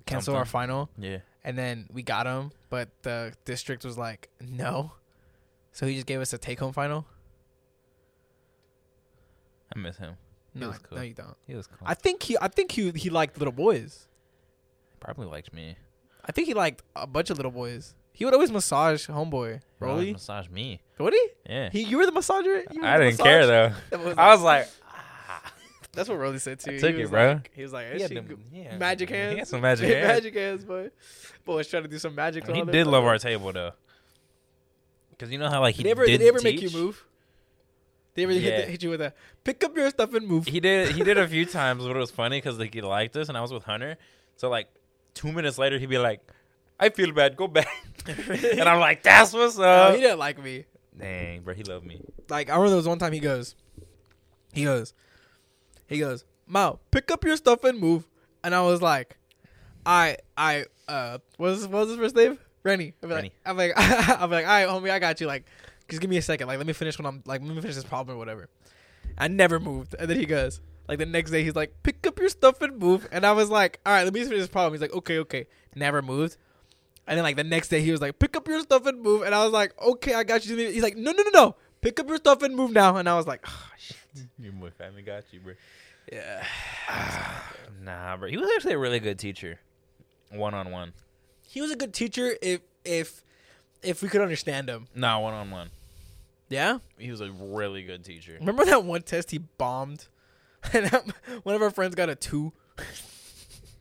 C: cancel our
A: Something.
C: final.
A: yeah.
C: And then we got him, but the district was like, "No." So he just gave us a take home final?
A: I miss him. He
C: No,
A: was cool. Oh.
C: no you don't.
A: He was cool.
C: I think he I think he he liked little boys.
A: probably liked me.
C: I think he liked a bunch of little boys. He would always massage homeboy.
A: He always
C: Rolly?
A: massaged me.
C: Would he?
A: Yeah.
C: He, you were the massager. You were
A: I
C: the
A: didn't
C: massage?
A: care though.
C: That was-
A: I was like,
C: That's what Rolly said too.
A: took
C: he
A: it,
C: was
A: bro.
C: Like, he was like,
A: He
C: "Is
A: had
C: she
A: them-
C: good-
A: yeah,
C: magic
A: he
C: hands.
A: had some magic hands.
C: magic hands, boy. Boy was trying to do some magic.
A: he did love our table though. Cause you know how like he
C: Did they ever, did
A: did
C: they ever make you
A: teach?
C: move? They ever hit,
A: Yeah.
C: the, hit you with a pick up your stuff and move?
A: He did. He did a few times, but it was funny because like he liked us, and I was with Hunter. So like two minutes later, he'd be like, "I feel bad. Go back." and I'm like, "That's what's
C: No,
A: up."
C: he didn't like me.
A: Dang, bro, he loved me.
C: Like I remember there was one time he goes, he goes, he goes, Mao, pick up your stuff and move. And I was like, I I uh what was what was his first name? Rennie. I'm like,
A: Rennie.
C: I'm like I'm like, all right, homie, I got you. Like, just give me a second. Like, let me finish when I'm like, let me finish this problem or whatever. I never moved. And then he goes, like the next day, he's like, pick up your stuff and move. And I was like, all right, let me finish this problem. He's like, okay, okay. Never moved. And then like the next day, he was like, pick up your stuff and move. And I was like, okay, I got you. He's like, no, no, no, no. Pick up your stuff and move now. And I was like, oh, shit.
A: Your boy family got you, bro.
C: yeah.
A: Nah, bro, he was actually a really good teacher, one on one.
C: He was a good teacher if if if we could understand him.
A: Nah, one on one.
C: Yeah.
A: He was a really good teacher.
C: Remember that one test he bombed, and um, one of our friends got a two.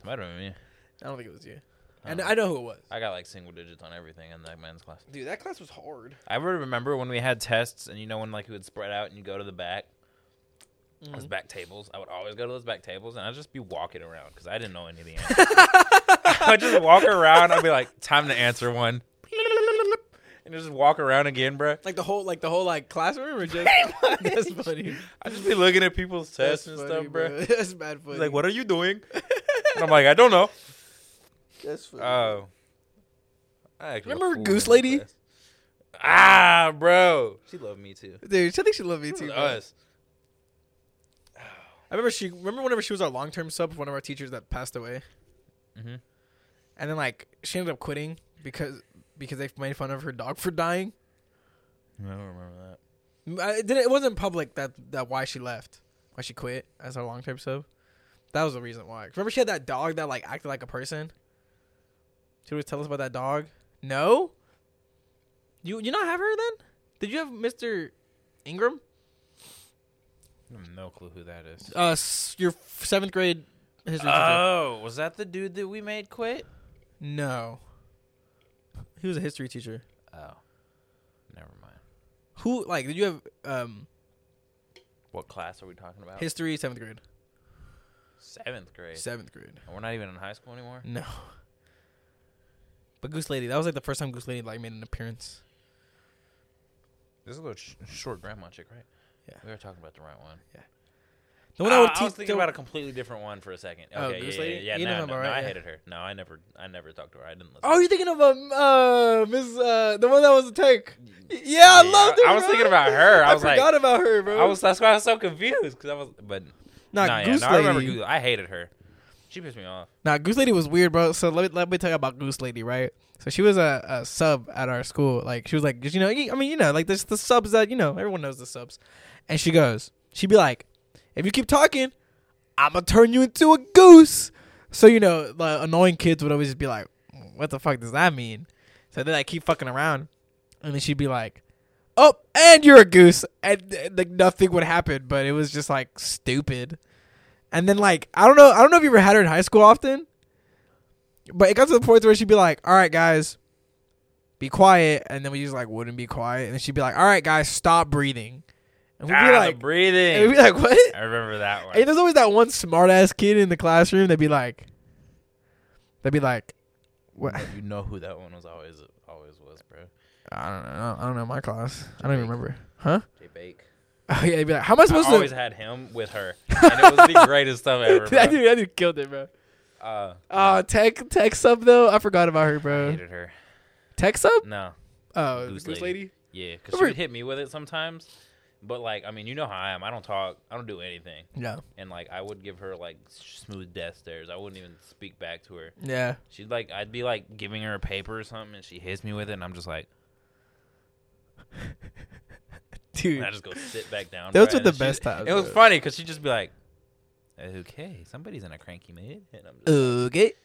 A: Might have been me.
C: I don't think it was you. And I know who it was.
A: I got like single digits on everything in that men's class.
C: Dude, that class was hard.
A: I re- remember when we had tests, and you know when like we would spread out and you go to the back, those
C: Mm-hmm.
A: back tables. I would always go to those back tables, and I'd just be walking around because I didn't know any of the answers. I'd just walk around. I'd be like, "Time to answer one," and just walk around again, bruh.
C: Like the whole like the whole like classroom or just that's funny.
A: I'd just be looking at people's
C: That's
A: tests and stuff,
C: funny,
A: bruh.
C: That's bad funny.
A: Like, what are you doing? and I'm like, I don't know.
D: That's funny.
A: Oh. I actually
C: Remember
A: a fool in
C: Goose
A: that
C: Lady?
A: class. Ah, bro. She loved me too.
C: Dude, she- I think she loved me too. bro.
A: Us.
C: I remember she remember whenever she was our long term sub, for one of our teachers that passed away, Mm-hmm.
A: Mhm.
C: and then like she ended up quitting because because they made fun of her dog for dying.
A: I don't remember that.
C: I, it, didn't- it wasn't public that that why she left, why she quit as our long term sub. That was the reason why. Remember she had that dog that like acted like a person. She would tell us about that dog. No. You you not have her then? Did you have Mister Ingram?
A: I have no clue who that is.
C: Uh, s- your f- seventh grade history teacher.
A: Oh, was that the dude that we made quit?
C: No. He was a history teacher.
A: Oh, never mind.
C: Who like did you have um
A: What class are we talking about?
C: history seventh grade?
A: seventh grade.
C: Seventh grade.
A: And We're not even in high school anymore.
C: No. But Goose Lady, that was like the first time Goose Lady like made an appearance.
A: This is a little sh- short grandma chick, right?
C: Yeah.
A: We were talking about the right one.
C: The
A: Oh,
C: one that would
A: I was
C: teach-
A: thinking
C: the-
A: about a completely different one for a second.
C: Oh,
A: Okay,
C: Goose
A: yeah,
C: Lady?
A: yeah, yeah.
C: You know
A: Nah,
C: him,
A: nah,
C: all
A: nah,
C: right,
A: I
C: yeah.
A: hated her. No, I never, I never talked to her. I didn't listen.
C: Oh, you're thinking of um uh Miss uh the one that was a tank. Y- Yeah, I
A: Yeah,
C: loved her.
A: I was
C: bro.
A: thinking about her. I was like-
C: forgot about her, bro.
A: I was. That's why I was so confused because I was. But
C: nah,
A: nah, yeah,
C: Goose
A: no, I
C: Lady.
A: remember. Goose- I hated her. She pissed me off.
C: Nah, Goose Lady was weird, bro. So let me let me tell you about Goose Lady, right? So she was a, a sub at our school. Like she was like, 'cause, you know, you- I mean, you know, like there's the subs that you know everyone knows the subs. And she goes, she'd be like, if you keep talking, I'm gonna turn you into a goose. So you know, the annoying kids would always be like, what the fuck does that mean? So then I keep fucking around, and then she'd be like, oh, and you're a goose, and, and like nothing would happen. But it was just like stupid. And then like I don't know, I don't know if you ever had her in high school often, but it got to the point where she'd be like, "All right, guys, be quiet," and then we just like wouldn't be quiet, and then she'd be like, "All right, guys, stop breathing," and we'd
A: ah,
C: be
A: the
C: like, and
A: breathing.
C: we'd be like, "What?"
A: I remember that one.
C: And there's always that one smart ass kid in the classroom that'd be like, that'd be like, "What?"
A: You know who that one was always always was, bro.
C: I don't know. I don't know my class. I don't even remember. Huh?
A: Jay Bake.
C: Oh yeah, he'd be like, how am I
A: I
C: supposed
A: always
C: to?
A: had him with her, and it was the greatest stuff ever.
C: That
A: bro.
C: dude, that dude killed it, bro.
A: Uh,
C: Oh, tech tech sub though. I forgot about her,
A: I
C: bro.
A: hated her.
C: Tech sub?
A: No,
C: Oh, the
A: Goose
C: goose
A: lady.
C: lady.
A: yeah, because she
C: Remember-
A: would hit me with it sometimes. But like, I mean, you know how I am. I don't talk. I don't do anything.
C: No.
A: And like, I would give her like smooth death stares. I wouldn't even speak back to her.
C: Yeah.
A: She'd like, I'd be like giving her a paper or something, and she hits me with it, and I'm just like,
C: Dude.
A: and I just go sit back down.
C: Those
A: bruh,
C: were
A: and
C: the
A: she-
C: best times,
A: It was
C: though.
A: funny because she'd just be like, "Okay, somebody's in a cranky mood," and I'm just
C: Okay.
A: like,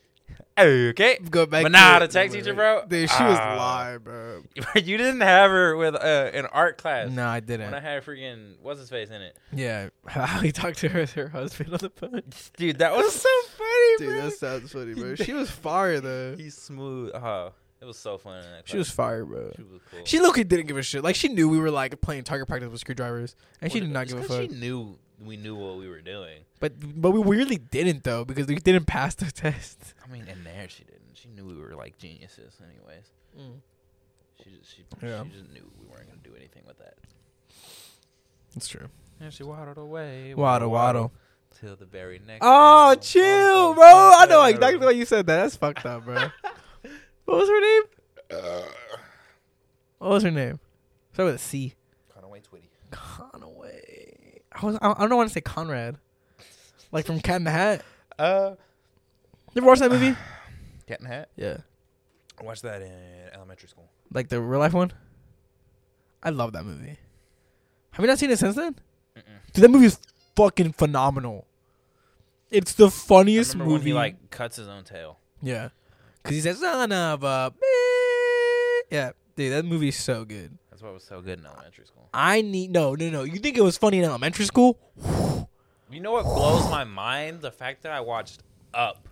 A: "Okay."
C: Go back.
A: But nah,
C: to-
A: the tech teacher, bro,
C: Dude, she was
A: ah.
C: live, bro.
A: you didn't have her with uh, an art class.
C: No, I
A: When I
C: didn't.
A: had freaking what's his face in it,
C: Yeah, how he talked to her her husband on the phone.
A: dude, that was so funny,
C: Dude, that sounds funny, bro. She was fire though.
A: He's smooth. Oh, it was so fun. In that
C: She was
A: class.
C: fire, bro.
A: She was cool.
C: She literally didn't give a shit. Like she knew we were like playing target practice with screwdrivers, and she did not
A: It's
C: give a
A: 'cause
C: fuck.
A: She knew we knew what we were doing.
C: But but we weirdly didn't though because we didn't pass the test.
A: I mean, in there she didn't. She knew we were like geniuses, anyways. She just, she,
C: Yeah.
A: she just knew we weren't gonna do anything with that.
C: That's true.
A: And she waddled away.
C: Waddle waddle.
A: Till the very next.
C: Oh,
A: day.
C: chill, bro. I know exactly why you said that. That's fucked up, bro. what was her name?
A: Uh.
C: What was her name? Start with a C.
A: Conaway Twitty.
C: Conaway. I was. I, I don't want to say Conrad, like from Cat in the Hat.
A: Uh,
C: You ever watch that movie?
A: Cat in the Hat.
C: yeah,
A: I watched that in elementary school.
C: like the real life one. I love that movie. Have you not seen it since then? Dude, that movie is fucking phenomenal. It's the funniest
A: I remember
C: movie.
A: when he like cuts his own tail.
C: yeah, because he says son of a. bitch." Yeah, dude, that movie's so good.
A: That's why it was so good in elementary school.
C: I need no, no, no. You think it was funny in elementary school?
A: You know what blows my mind? The fact that I watched Up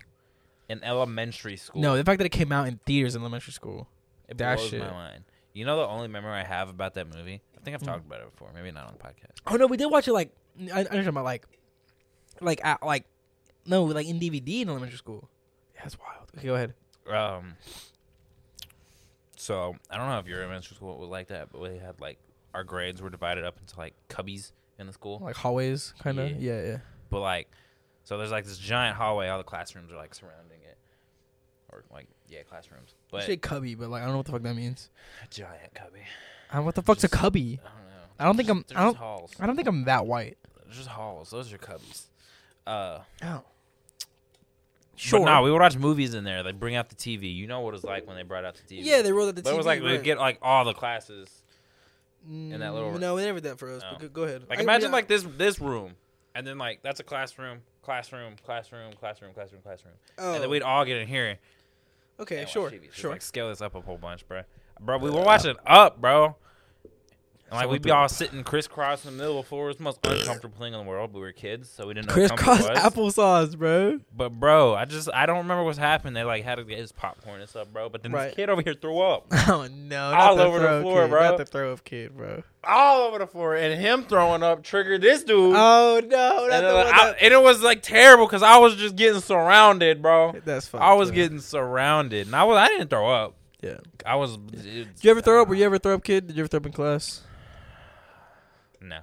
A: in elementary school.
C: No, the fact that it came out in theaters in elementary school.
A: it
C: that
A: blows
C: shit. Mm.
A: my mind. You know the only memory I have about that movie? I think I've talked about it before. Maybe not on the podcast.
C: Oh no, we did watch it like I, I understand about like like at, like no like in DVD in elementary school. Yeah, that's wild. Okay, go ahead.
A: Um. So I don't know if your elementary school was like that, but we had like our grades were divided up into like cubbies in the school.
C: Like hallways, kind of.
A: Yeah.
C: Yeah, yeah.
A: But like, so there's like this giant hallway. All the classrooms are like surrounding it, or like yeah, classrooms.
C: I
A: But
C: Say cubby, but like I don't know what the fuck that means.
A: a giant cubby.
C: I don't- what the fuck's a
A: Just-
C: cubby?
A: I don't know.
C: I don't think
A: They're
C: I'm-
A: just-
C: I
A: they're just
C: don't-
A: halls.
C: I don't think I'm that white.
A: They're just halls. Those are cubbies. Uh,
C: Oh.
A: sure.
C: Sure.
A: But nah, we would watch movies in there. They bring out the TV. You know what it's like when they brought out the TV.
C: yeah, they rolled at the
A: But
C: TV.
A: it was like we'd
C: right. Mm,
A: get like all the classes. in that little-
C: No, they never did that for us.
A: No.
C: But go, go ahead.
A: Like
C: I-
A: imagine
C: yeah.
A: like this this room, and then like that's a classroom, classroom, classroom, classroom, classroom, classroom,
C: Oh,
A: and then we'd all get in here.
C: okay,
A: and watch
C: sure,
A: TV. So it's
C: sure. uh,
A: Like scale this up a whole bunch, bro. Bro, we were watching up, bro. And like
C: Someone
A: we'd be
C: threw
A: all
C: up.
A: sitting crisscross in the middle of the floor. It was the most uncomfortable thing in the world. But we were kids, so we didn't know what
C: Crisscross
A: comfort was.
C: applesauce, bro.
A: But bro, I just I don't remember what's happened. They like had to get his popcorn and stuff, bro. But then
C: Right.
A: this kid over here threw up
C: Oh no! not
A: All over the
C: throw
A: floor,
C: kid,
A: bro.
C: Not the throw up kid, bro.
A: all over the floor, and him throwing up triggered this dude.
C: Oh no! Not
A: and,
C: the
A: then,
C: one
A: like, I-
C: that-
A: and it was like terrible because I was just getting surrounded, bro.
C: That's fine.
A: I was getting surrounded, and I was I didn't throw up.
C: Yeah.
A: I was.
C: Did you ever throw up? Were you ever a throw up kid? Did you ever throw up in class?
A: No,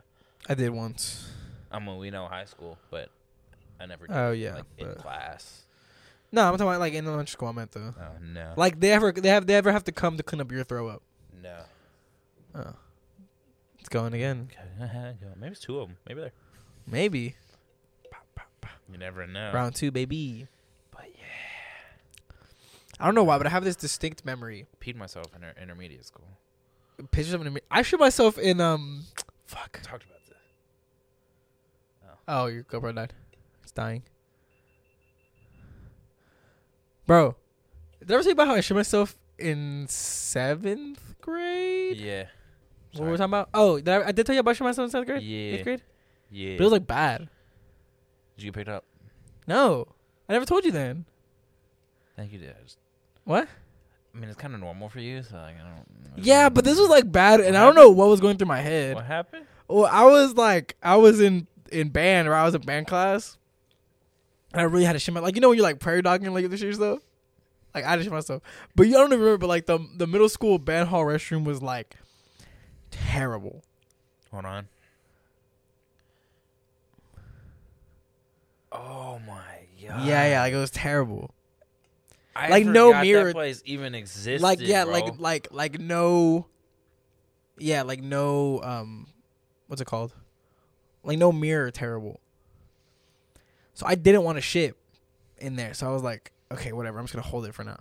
C: I did once.
A: I mean we know high school, but I never. Did,
C: Oh, yeah,
A: like, in
C: but-
A: class.
C: No, I'm talking about like in elementary school. I meant though.
A: Oh no,
C: Like they ever they have they ever have to come to clean up your throw up.
A: no.
C: Oh. It's going again.
A: Maybe it's two of them. Maybe they're.
C: Maybe
A: You never know.
C: round two, baby.
A: But yeah.
C: I don't know why, but I have this distinct memory.
A: Peed myself in our intermediate school.
C: Pictures of me. I shit myself in um. Fuck.
A: Talked about this.
C: Oh, your GoPro died. It's dying. Bro, did I ever tell you about how I shit myself in seventh grade?
A: Yeah.
C: What were we talking about? Oh, did I, I did tell you about shit myself in seventh grade?
A: Yeah.
C: Eighth grade?
A: Yeah.
C: But it was like bad.
A: Did you get picked up?
C: No. I never told you then.
A: I think you did. I just-
C: What?
A: I mean, it's kind of normal for you, so like, I don't.
C: Yeah, but this was like bad, and
A: What
C: I don't know what was going through my head.
A: What happened?
C: Well, I was like, I was in in band, or I was in band class, and I really had to shit my like you know when you're like prairie dogging like the shit stuff. Like I just myself. But you I don't even remember, but like the the middle school band hall restroom was like terrible.
A: Hold on. Oh my god.
C: yeah, yeah, like it was terrible.
A: I
C: like, no
A: forgot
C: mirror-
A: That place even existed.
C: like yeah,
A: bro.
C: like like like no Yeah, like no um what's it called? Like no mirror terrible. So I didn't want to shit in there. So I was like, okay, whatever, I'm just gonna hold it for now.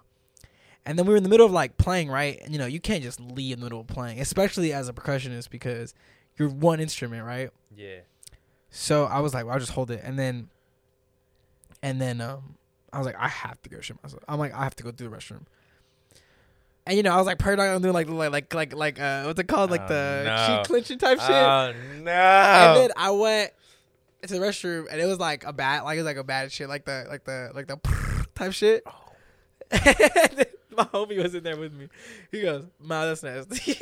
C: And then we were in the middle of like playing, right? And you know, you can't just leave in the middle of playing, especially as a percussionist because you're one instrument, right?
A: yeah.
C: So I was like, well, I'll just hold it. And then, and then, um, I was like, I have to go shit myself. I'm like, I have to go to the restroom. And you know, I was like, paranoid. I'm doing like, like, like, like, like, uh, what's it called? Like
A: Oh,
C: the
A: no.
C: cheek clenching type shit.
A: Oh no.
C: And then I went to the restroom, and it was like a bad, like it was like a bad shit, like the, like the, like the type shit. And my homie was in there with me. He goes, "Nah, that's nasty."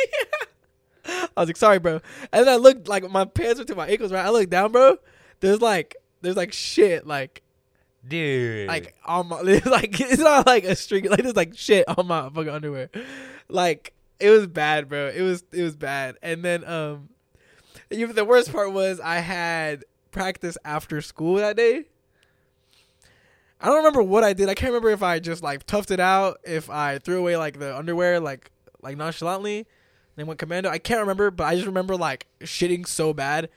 C: I was like, "Sorry, bro." And then I looked like my pants were to my ankles, right? I looked down, bro. There's like, there's like shit, like,
A: Dude.
C: like on my, it's like it's not like a streak, like there's like shit on my fucking underwear. Like it was bad, bro. It was it was bad. And then um, even the worst part was I had practice after school that day. I don't remember what I did. I can't remember if I just like toughed it out, if I threw away like the underwear like like nonchalantly, and then went commando. I can't remember, but I just remember like shitting so bad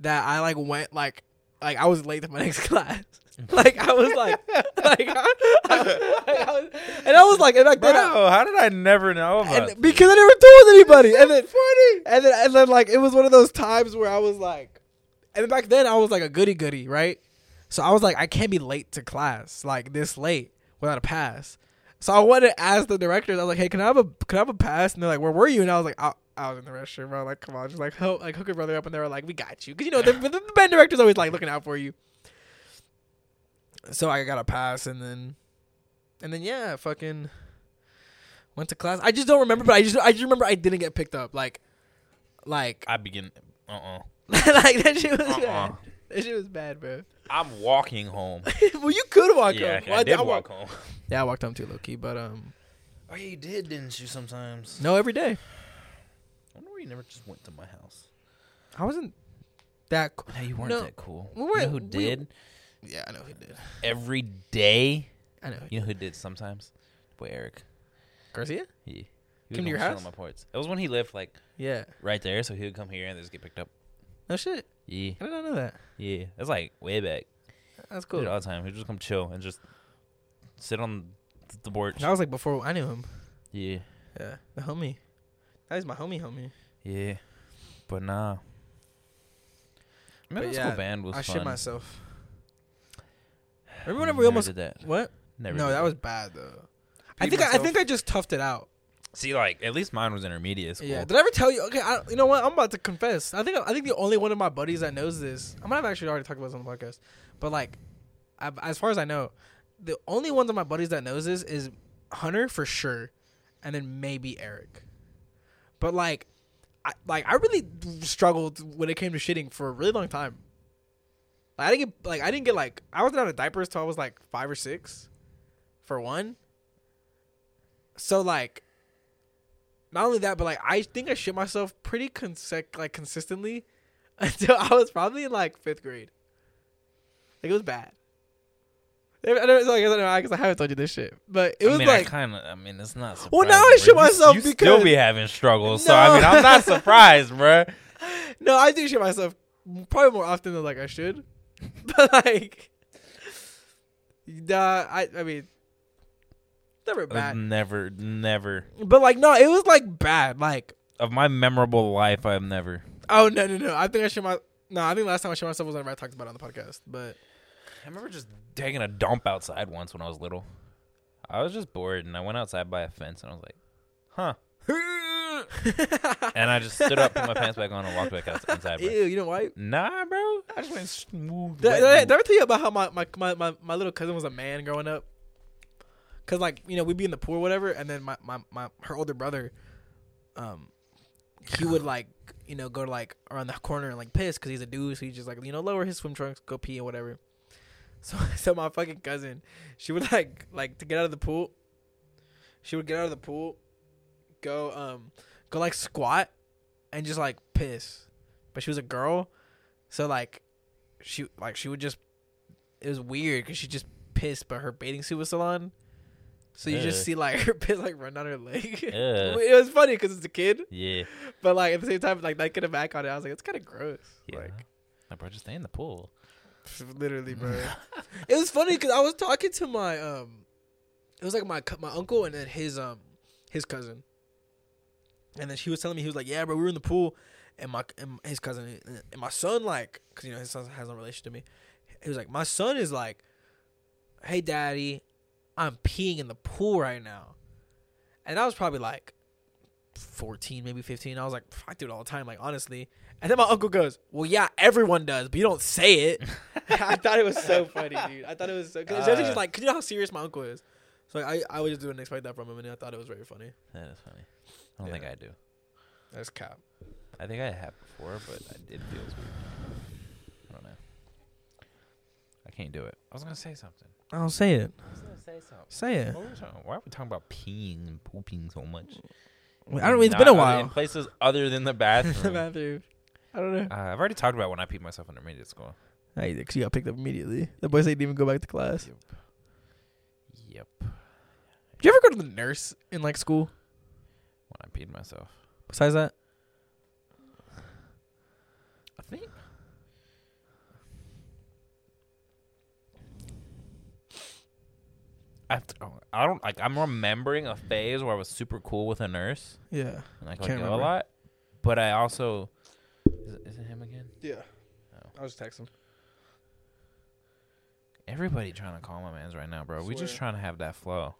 C: that I like went like like I was late to my next class. like I was like like, I, I- I was- and I was like and back then I-
A: Bro, how did I never know about
C: and because I never told anybody. and then funny. And then and then like it was one of those times where I was like, and back then I was like a goody goody, right? So I was like, I can't be late to class like this late without a pass. So I went and asked the directors. I was like, hey, can I have a can I have a pass? And they're like, where were you? And I was like, I, I was in the restroom. Bro. Like, come on, just like hook like hook a brother up. And they were like, we got you, because you know the, the, the band director's always like looking out for you. So I got a pass, and then and then yeah, fucking went to class. I just don't remember, but I just I just remember I didn't get picked up. Like, like,
A: I begin uh uh
C: like that shit was bad.
A: Uh-uh.
C: That shit was bad, bro.
A: I'm walking home.
C: well, you could walk
A: yeah,
C: home.
A: I,
C: Well,
A: did
C: I wa-
A: walk home.
C: Yeah, I walked home too, low key. But um,
A: Oh, you did, didn't you? Sometimes.
C: no, every day
A: I wonder why you never just went to my house.
C: I wasn't that. Cool.
A: No, you weren't
C: No.
A: that cool.
C: We
A: you know
C: weren't-
A: who
C: we-
A: did
C: Yeah, I know he did.
A: every day?
C: I know. He
A: You know who did sometimes? Boy, Eric.
C: Garcia.
A: He, he would
C: Come to your
A: chill in
C: house?
A: My ports. It was when he lived like
C: Yeah.
A: right there, so he would come here and just get picked up.
C: No shit.
A: Yeah,
C: I did not know that.
A: yeah. That's like way back.
C: That's
A: Cool.
C: cool.
A: all the time. He'd just come chill and just sit on th- the porch.
C: That was like before I knew him.
A: Yeah,
C: Yeah, the homie. That is my homie, homie.
A: yeah. But nah. Middle
C: yeah,
A: school band was
C: I
A: fun.
C: shit myself. Remember whenever
A: Never
C: we almost
A: did that.
C: what?
A: Never.
C: no,
A: did
C: that was bad though. I
D: Peed
C: think I, I
D: myself.
C: think I just toughed it out.
A: See, like at least mine was intermediate school.
C: Yeah. Did I ever tell you? Okay. I, you know what? I'm about to confess. I think I think the only one of my buddies that knows this. I might have actually already talked about this on the podcast, but like, I, as far as I know, the only ones of my buddies that knows this is Hunter for sure, and then maybe Eric. But like, I like I really struggled when it came to shitting for a really long time. Like, I didn't get like I didn't get like I wasn't out of diapers till I was like five or six, for one. So like, not only that, but like I think I shit myself pretty consec like consistently until I was probably in like fifth grade. Like it was bad. I don't know because I haven't told you this shit, but it was
A: I mean,
C: like
A: I kind of. I mean, it's not. Surprising,
C: Well, now I
A: bruh.
C: shit
A: You s-
C: myself
A: you
C: because-
A: still be having struggles. So I mean,
C: No.
A: I'm not surprised, bro.
C: No, I do shit myself probably more often than like I should. But like, nah, I I mean, never bad.
A: Never, never
C: But like, no, it was like bad. Like,
A: of my memorable life. I've never.
C: oh no, no, no. I think I shit my. No, I think last time I shit myself was whenever I talked about it on the podcast. But
A: I remember just taking a dump outside once when I was little. I was just bored and I went outside by a fence and I was like, huh. And I just stood up, put my pants back on, and walked back outs- inside.
C: ew,
A: Bro.
C: you know why?
A: Nah, bro. I just went smooth.
C: Did,
A: wet
C: did I,
A: move.
C: did I ever tell you about how my, my, my, my, my little cousin was a man growing up? Cause like you know we'd be in the pool or whatever, and then my, my, my her older brother, um, he would like you know go to like around the corner and like piss because he's a dude, so he just like you know lower his swim trunks, go pee and whatever. So so my fucking cousin, she would like like to get out of the pool. She would get out of the pool, go um go like squat, and just like piss. But she was a girl, so like she like she would just it was weird because she just pissed, but her bathing suit was still on. So you just
A: Ugh.
C: see like her piss like run down her leg.
A: Ugh.
C: it was funny because it's a kid,
A: Yeah.
C: but like at the same time, like not getting back on it, I was like, it's kind of gross.
A: Yeah.
C: Like
A: My bro, just stay in the pool.
C: Literally, bro. it was funny because I was talking to my um, it was like my cu- my uncle and then his um his cousin, and then she was telling me he was like, yeah, bro, we were in the pool, and my and his cousin and my son like, cause you know his son has no relation to me. He was like, my son is like, hey, daddy, I'm peeing in the pool right now, and I was probably like. 14 maybe 15 i was like i do it all the time like honestly and then my uncle goes well yeah everyone does but you don't say it I thought it was so funny, dude. I thought it was so. Cause especially just like, 'cause you know how serious my uncle is. So like, I, I was just didn't expect that from him, and I thought it was very funny.
A: That is funny. I don't think
C: Yeah.
A: I do.
C: That's cap.
A: I think I have before, but I- it feels weird. I don't know. I can't do it. I was gonna say something.
C: I don't say it.
A: I was gonna say something.
C: Say it.
A: What were we talking- Why are we talking about peeing and pooping so much?
C: I don't. It's
A: Not
C: been
A: other-
C: a
A: In
C: while.
A: places other than the
C: The
A: bathroom. uh,
C: bathroom. I don't know.
A: I've already talked about when I peed myself in intermediate school.
C: Hey, because you got picked up immediately. The boys didn't even go back to class. Did
A: Yep.
C: you ever go to the nurse in like school?
A: When I peed myself.
C: Besides that,
A: I think. I, have to- oh, I don't like. I'm remembering a phase where I was super cool with a nurse,
C: yeah.
A: and I could like,
C: Can't
A: go a
C: remember.
A: lot. But I also is it, is it him again?
C: Yeah.
A: Oh.
C: I was texting.
A: Everybody trying to call my man's right now, bro. We just
C: Swear.
A: trying to have that flow.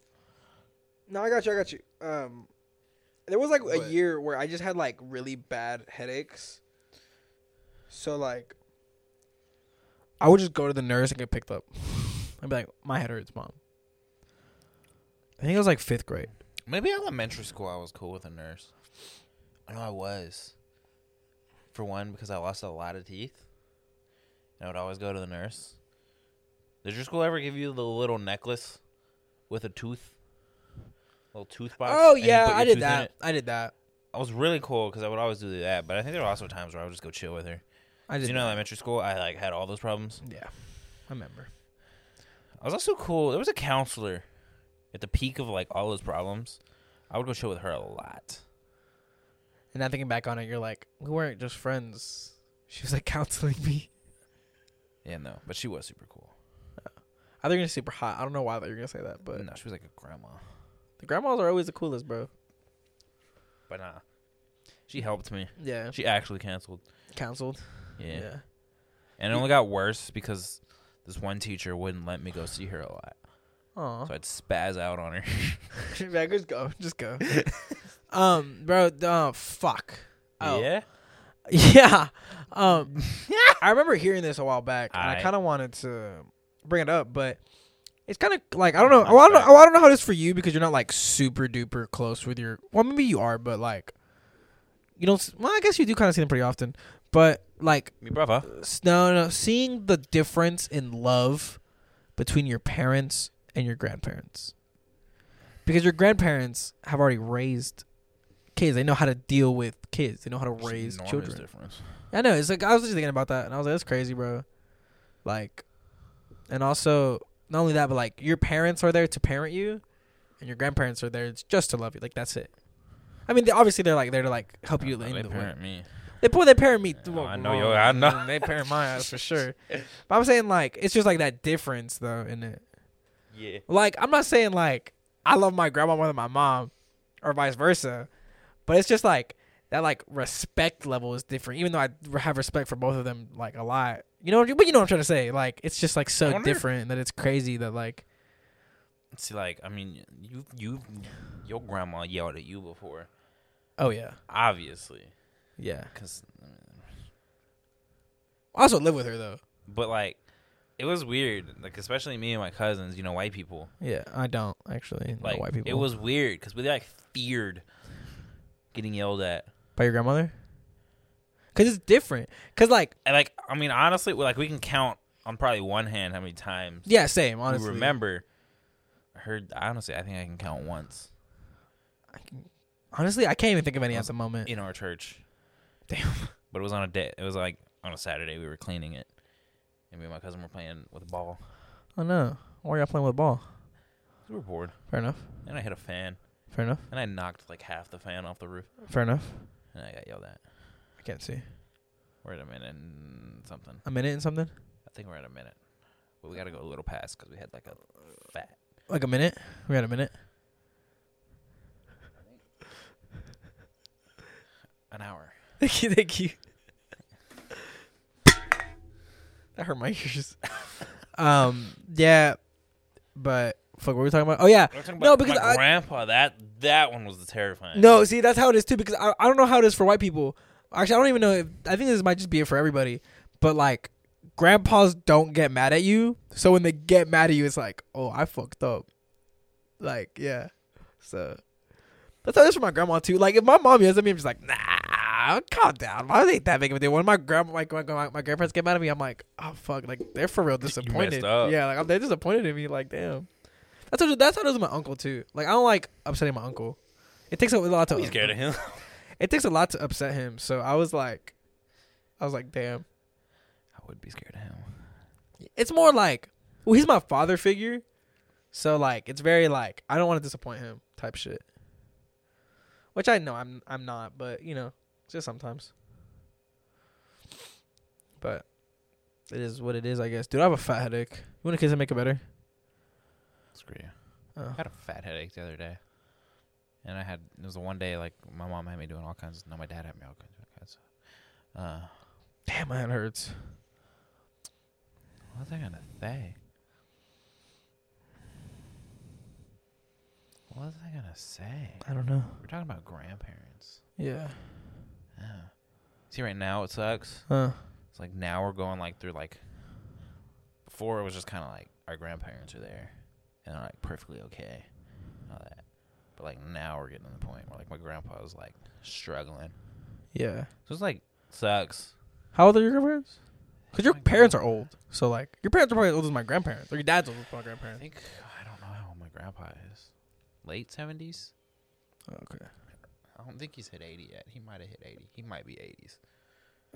C: No, I got you. I got you. Um, there was like
D: What?
C: a year where I just had like really bad headaches. So like, I would just go to the nurse and get picked up. I'd be like, my head hurts, mom. I think it was like fifth grade.
A: Maybe elementary school, I was cool with a nurse. I know I was. For one, because I lost a lot of teeth, and I would always go to the nurse. Did your school ever give you the little necklace with a tooth, little tooth box?
C: Oh
A: and you
C: yeah,
A: put your
C: I
A: tooth
C: did
A: in
C: that.
A: it?
C: I did that.
A: I was really cool because I would always do that. But I think there were also times where I would just go chill with her.
C: I
A: 'Cause
C: did.
A: you know, elementary school, I like had all those problems.
C: that. Yeah, I remember.
A: I was also cool. There was a counselor at the peak of like all those problems. I would go chill with her a lot.
C: And now thinking back on it, you're like, we weren't just friends. She was like counseling me.
A: Yeah, no, but she was super cool.
C: I thought you were gonna say super hot. I don't know why I thought you were gonna say that, but
A: But no, she was like a grandma.
C: the grandmas are always the coolest, bro.
A: But nah, she helped me.
C: Yeah,
A: She actually canceled.
C: counseled.
A: Yeah.
C: yeah.
A: and it only got worse because this one teacher wouldn't let me go see her a lot,
C: Aw.
A: so I'd spaz out on her.
C: Man, just go. Just go. um, bro, d- uh, fuck. Oh.
A: Yeah,
C: Yeah. Um, I remember hearing this a while back, and I
A: Aight.
C: kind of wanted to bring it up, but it's kind of like I don't know.
A: That's
C: Well, I don't
A: fair.
C: know. I don't know how it is for you because you're not like super duper close with your. Well, maybe you are, but like, you don't. s- Well, I guess you do kind of see them pretty often, but like,
A: me brother.
C: s- no, no, seeing the difference in love between your parents and your grandparents. Because your grandparents have already raised kids. They know how to deal with kids. They know how to raise
A: Enormous
C: children.
A: difference.
C: I know. It's like I was just thinking about that and I was like, that's crazy, bro. Like and also not only that, but like your parents are there to parent you and your grandparents are there it's just to love you. Like that's it. I mean, they, obviously they're like there to like help you
A: No,
C: in
A: they
C: the way.
A: parent me.
C: They boy, they parent me.
A: Yeah,
C: well,
A: I know
C: well,
A: your- I know.
C: They parent my ass for sure. But I'm saying like it's just like that difference though in it.
A: Yeah,
C: Like I'm not saying like I love my grandma more than my mom, or vice versa, but it's just like that like respect level is different. Even though I have respect for both of them like a lot, you know. what- But you know what I'm trying to say. Like it's just like so
A: I wonder-
C: different that it's crazy that like
A: see, like I mean, you you your grandma yelled at you before,
C: oh yeah
A: obviously,
C: yeah.
A: because
C: I also live with her though.
A: but like it was weird, like especially me and my cousins, you know, white people.
C: Yeah, I don't actually
A: Like
C: know white people.
A: it was weird because we like feared getting yelled at.
C: by your grandmother. Cause it's different. Cause like
A: And like, I mean, honestly, we- like we can count on probably one hand how many times
C: Yeah, same.
A: you
C: Honestly,
A: remember. I heard honestly, I think I can count once
C: Honestly, I can't even think of any at the moment.
A: in our church,
C: Damn.
A: but it was on a day. It was like on a Saturday. We were cleaning it, and me and my cousin were playing with a ball.
C: Oh no. Why are y'all playing with ball?
A: We were bored,
C: Fair enough.
A: and I hit a fan,
C: Fair enough.
A: and I knocked like half the fan off the roof,
C: Fair enough.
A: and I got yelled at.
C: I can't see.
A: We're at a minute and something.
C: A minute and something?
A: I think we're at a minute, but we got to go a little past because we had like a fat.
C: Like a minute? We had a minute.
A: An hour.
C: Thank you. Thank you. that hurt my ears. um. Yeah. But fuck, what were we talking about? Oh yeah.
A: We're talking
C: No,
A: about
C: because
A: my
C: I-
A: grandpa. That that one was the terrifying.
C: No, see, that's how it is too. Because I, I don't know how it is for white people. Actually, I don't even know. If, I think this might just be it for everybody. But like, grandpas don't get mad at you. So when they get mad at you, it's like, oh, I fucked up. Like, yeah. So that's how it is for my grandma too. Like, if my mom yells at me, I'm just like, nah, calm down. Why ain't that big of a deal? When my grandma, my my, my, my grandparents get mad at me, I'm like, oh fuck, like they're for real disappointed.
A: up.
C: Yeah, like they're disappointed in me. Like, damn. That's how, that's how it is with my uncle too. Like, I don't like upsetting my uncle. It takes a lot to
A: he's scared of him.
C: it takes a lot to upset him. So I was like, I was like, damn.
A: I would be scared of him.
C: It's more like, well, he's my father figure, so like, it's very like I don't want to disappoint him type shit. Which I know I'm I'm not, but you know, just sometimes. But it is what it is, I guess. Dude, I have a fat headache. You want to kiss and make it better?
A: Screw you.
C: Oh.
A: I had a fat headache the other day, and I had it was the one day like my mom had me doing all kinds. no, my dad had me all kinds. Of kinds of- uh,
C: Damn, my head hurts.
A: what was I gonna say? What was I gonna say?
C: I don't know.
A: We're talking about grandparents.
C: Yeah.
A: Yeah. See, right now it sucks.
C: Huh.
A: It's like now we're going like through like. Before it was just kind of like our grandparents are there, and they're like perfectly okay, and all that. But like now we're getting to the point where like my grandpa is like struggling.
C: Yeah.
A: So it's like sucks.
C: How old are your grandparents? Because your
A: My
C: parents are
A: grandpa-
C: old. So, like, your parents are probably as old as my grandparents. Or your dad's old as my
A: I
C: grandparents.
A: think I don't know how old my grandpa is. Late seventies.
C: Okay.
A: I don't think he's hit eighty yet. He might have hit eighty. He might be eighties.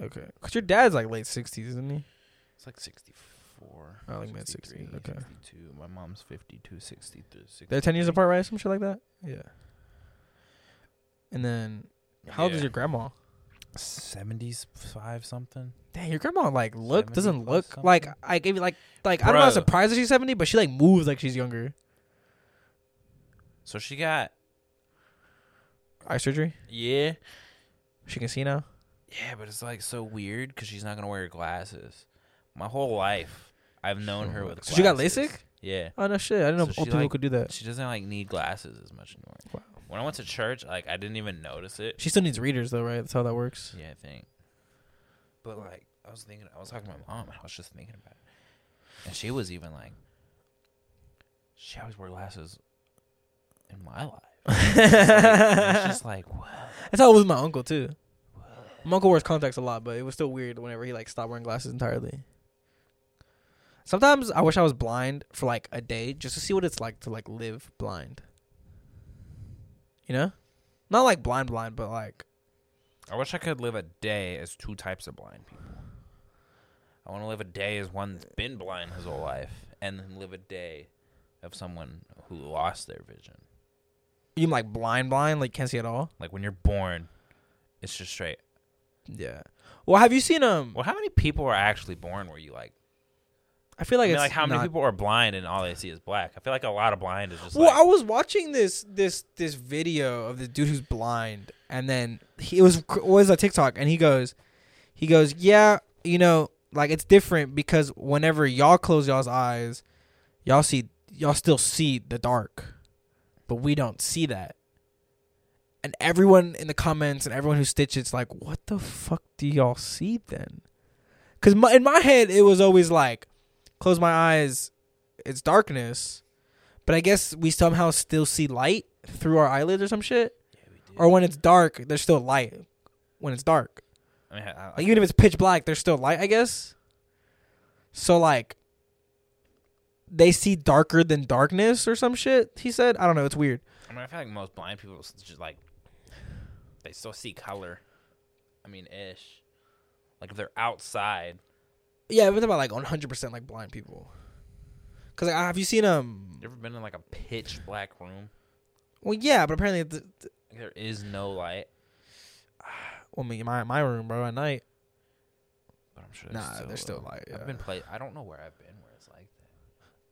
C: Okay. Because your dad's, like, late 60s, isn't he?
A: It's like sixty four.
C: Oh, like mid 60s, okay.
A: Sixty two. My mom's 52, 63, 63.
C: They're 10 years apart, right? Some shit like that? Yeah. And then, how old is
A: Yeah.
C: your grandma?
A: Seventies five something.
C: Dang, your grandma, like,
A: 70
C: look, doesn't
A: plus
C: look
A: something?
C: like, I gave you, like, like I'm not
A: Bro.
C: surprised that she's 70, but she, like, moves like she's younger.
A: So she got
C: Eye surgery?
A: yeah.
C: She can see now?
A: Yeah, but it's like so weird because she's not gonna wear glasses. My whole life, I've known her with.
C: So she got
A: glasses.
C: LASIK?
A: Yeah,
C: Oh, no shit. I didn't know
A: So she,
C: old people
A: like-
C: could do that.
A: she doesn't like need glasses as much anymore.
C: Wow.
A: When I went to church, like I didn't even notice it.
C: She still needs readers, though, right? That's how that works.
A: Yeah, I think. But like, I was thinking, I was talking to my mom, and I was just thinking about it, and she was even like, she always wore glasses in my life. It's just like, what?
C: That's how it was with my uncle too. My uncle wears contacts a lot, but it was still weird whenever he like stopped wearing glasses entirely. Sometimes I wish I was blind for like a day just to see what it's like to like live blind. You know? Not like blind blind, but like
A: I wish I could live a day as two types of blind people. I want to live a day as one that's been blind his whole life, and then live a day of someone who lost their vision.
C: you mean like blind blind, like can't see at all?
A: Like when you're born, it's just straight.
C: Yeah. Well, have you seen um
A: Well, how many people are actually born where you like?
C: I feel
A: I
C: like
A: mean,
C: it's
A: like how many
C: not-
A: people are blind and all they see is black? I feel like a lot of blind is just
C: Well,
A: like,
C: I was watching this this this video of the dude who's blind, and then he it was it was a TikTok, and he goes, he goes, yeah, you know, like it's different because whenever y'all close y'all's eyes, y'all see y'all still see the dark, but we don't see that. And everyone in the comments and everyone who stitched it's like, what the fuck do y'all see then? Because my, in my head it was always like, close my eyes, it's darkness but I guess we somehow still see light through our eyelids or some shit. Or when it's dark, there's still light. When it's dark,
A: I mean, I, I,
C: like even if it's pitch black, there's still light. I guess. So like they see darker than darkness or some shit. He said, I don't know, it's weird.
A: I mean, I feel like most blind people s- just like they still see color. I mean, ish. Like if they're outside,
C: Yeah, but about like 100% like blind people. Cuz like, have you seen um
A: you ever been in like a pitch black room?
C: well yeah, but apparently th- th-
A: Like, there is no light.
C: well me my my room bro at night.
A: But I'm sure
C: Nah, there's still light.
A: I've
C: yeah.
A: been play. I don't know where I've been where it's like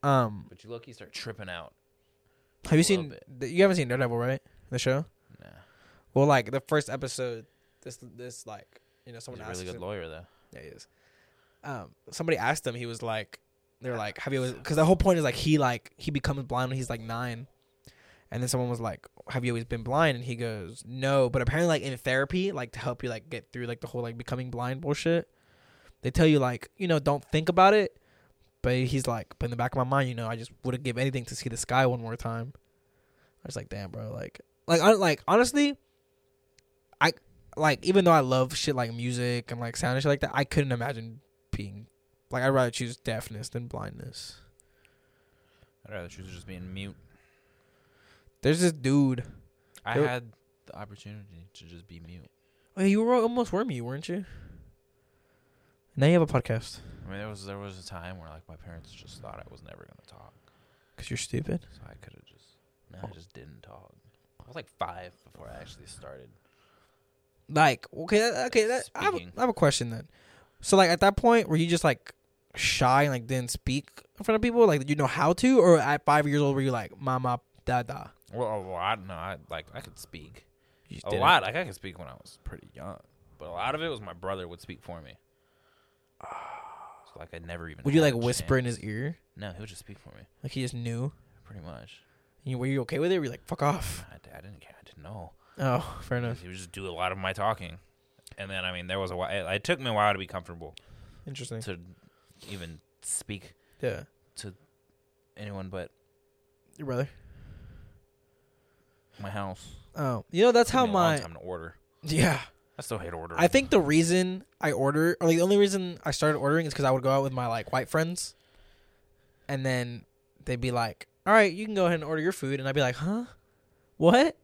A: that.
C: um
A: But you look, you start tripping out.
C: have you
A: a little
C: seen th- you haven't seen Daredevil, right? The show?
A: Nah,
C: Well like the first episode this this like you know
A: he's
C: someone
A: a
C: asked
A: really good lawyer though.
C: Yeah, he is. Um, somebody asked him. He was like, "They're like, have you?" Because the whole point is like he like he becomes blind when he's like nine, and then someone was like, "Have you always been blind?" And he goes, "No," but apparently like in therapy, like to help you like get through like the whole like becoming blind bullshit, they tell you like you know don't think about it. But he's like, but in the back of my mind, you know, I just would have give anything to see the sky one more time. I was like, damn, bro, like, like, hon- like honestly, like even though I love shit like music and like sound and shit like that, I couldn't imagine being like I'd rather choose deafness than blindness.
A: I'd rather choose just being mute.
C: There's this dude.
A: I
C: There-
A: had the opportunity to just be mute.
C: Wait, Oh, you were almost wormy, weren't you? Now you have a podcast
A: I mean, there was there was a time where like my parents just thought I was never gonna talk,
C: because you're stupid.
A: so I could have just no, I just didn't talk. I was like five before I actually started.
C: Like okay, that, okay. That, I, have a,
A: Speaking.
C: I have a question then. So like at that point, were you just like shy and like didn't speak in front of people? Like did you know how to, or at five years old were you like mama dada?
A: Well, a lot. No, I like I could speak
C: You just
A: a
C: didn't?
A: lot. Like I could speak when I was pretty young, but a lot of it was my brother would speak for me. So, like I never even.
C: Would you
A: had
C: like
A: a
C: whisper in
A: chance.
C: his ear?
A: No, he would just speak for me,
C: Like he just knew.
A: pretty much.
C: You, were you okay with it? Were you like fuck off?
A: I, d- I didn't care. I didn't know.
C: Oh, fair enough.
A: He would just do a lot of my talking, and then I mean, there was a while. It, it took me a while to be comfortable
C: Interesting.
A: to even speak
C: Yeah.
A: to anyone but
C: Your brother.
A: my house.
C: Oh, you know that's
A: Took
C: how
A: me a long
C: my
A: time to order.
C: yeah.
A: I still hate ordering.
C: I think the reason I order, or like the only reason I started ordering, is because I would go out with my like white friends, and then they'd be like, "All right, you can go ahead and order your food," and I'd be like, "Huh, what?"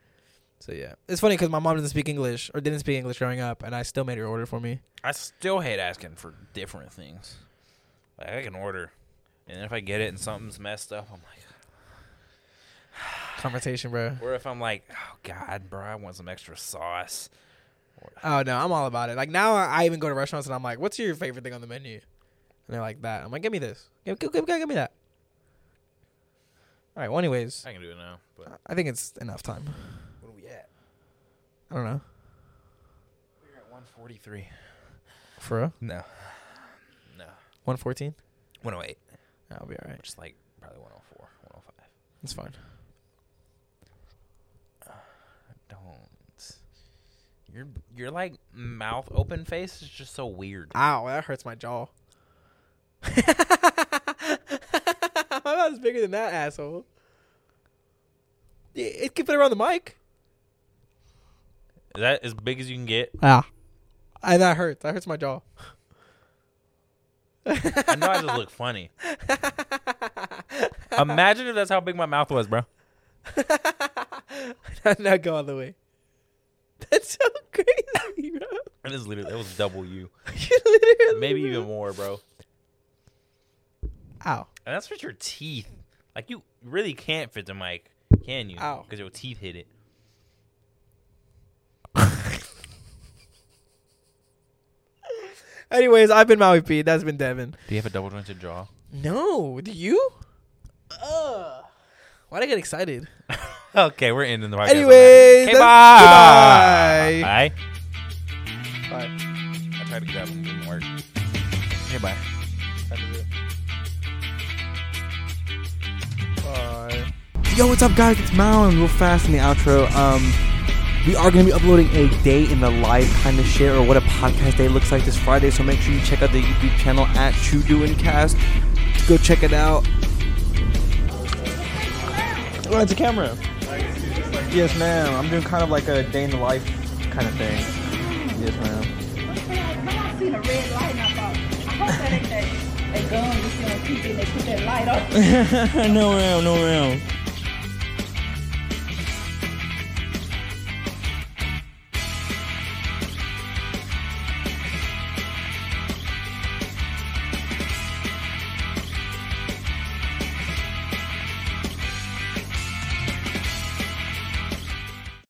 C: so yeah, it's funny because my mom doesn't speak English or didn't speak English growing up, and I still made her order for me.
A: I still hate asking for different things. Like I can order, and if I get it and something's messed up, I'm like,
C: Conversation, bro.
A: or if I'm like, oh god, bro, I want some extra sauce.
C: Oh no, I'm all about it. Like now, I I even go to restaurants and I'm like, "What's your favorite thing on the menu?" And they're like, "That." I'm like, "Give me this. Give, give, give, give me that." All right. Well, anyways,
A: I can do it now, but
C: I think it's enough time.
A: what are we at?
C: I don't know.
A: We're at 143.
C: For real,
A: No, no,
C: one fourteen.
A: 108.
C: That'll be all right.
A: Just like probably 104, 105.
C: It's fine.
A: Don't. Your your like mouth open face is just so weird.
C: Ow, that hurts my jaw. my mouth's bigger than that asshole. It, it can fit around the mic.
A: Is that as big as you can get?
C: Ah, I, that hurts. That hurts my jaw.
A: I know I just look funny. Imagine if that's how big my mouth was, bro.
C: now go all the way. That's so crazy, bro.
A: That is literally that was double you,
C: you literally
A: maybe even more, bro.
C: ow.
A: And that's with your teeth. Like you really can't fit the mic, can you?
C: Ow.
A: Because your teeth hit it.
C: Anyways, I've been Maui P. That's been Devin.
A: Do you have a double jointed jaw?
C: No, do you? Ugh. Why'd I get excited?
A: Okay, we're ending the podcast. on that.
C: Anyways,
A: okay,
C: that's-
A: bye. Bye.
C: Bye.
A: I tried to get that one, didn't work. Okay, bye.
C: Bye.
D: Yo, what's up, guys? It's Mao, and real fast in the outro. Um, we are going to be uploading a day in the life kind of shit, or what a podcast day looks like this Friday. So make sure you check out the YouTube channel at True Doing Cast. Go check it out. Oh, it's a camera. Yes, ma'am. I'm doing kind of like a day in the life kind of thing. Yes, ma'am.
G: When I seen a red light, and I thought, I hope that ain't that. their gum, you see them peeking, they put that light on.
D: no round, no round.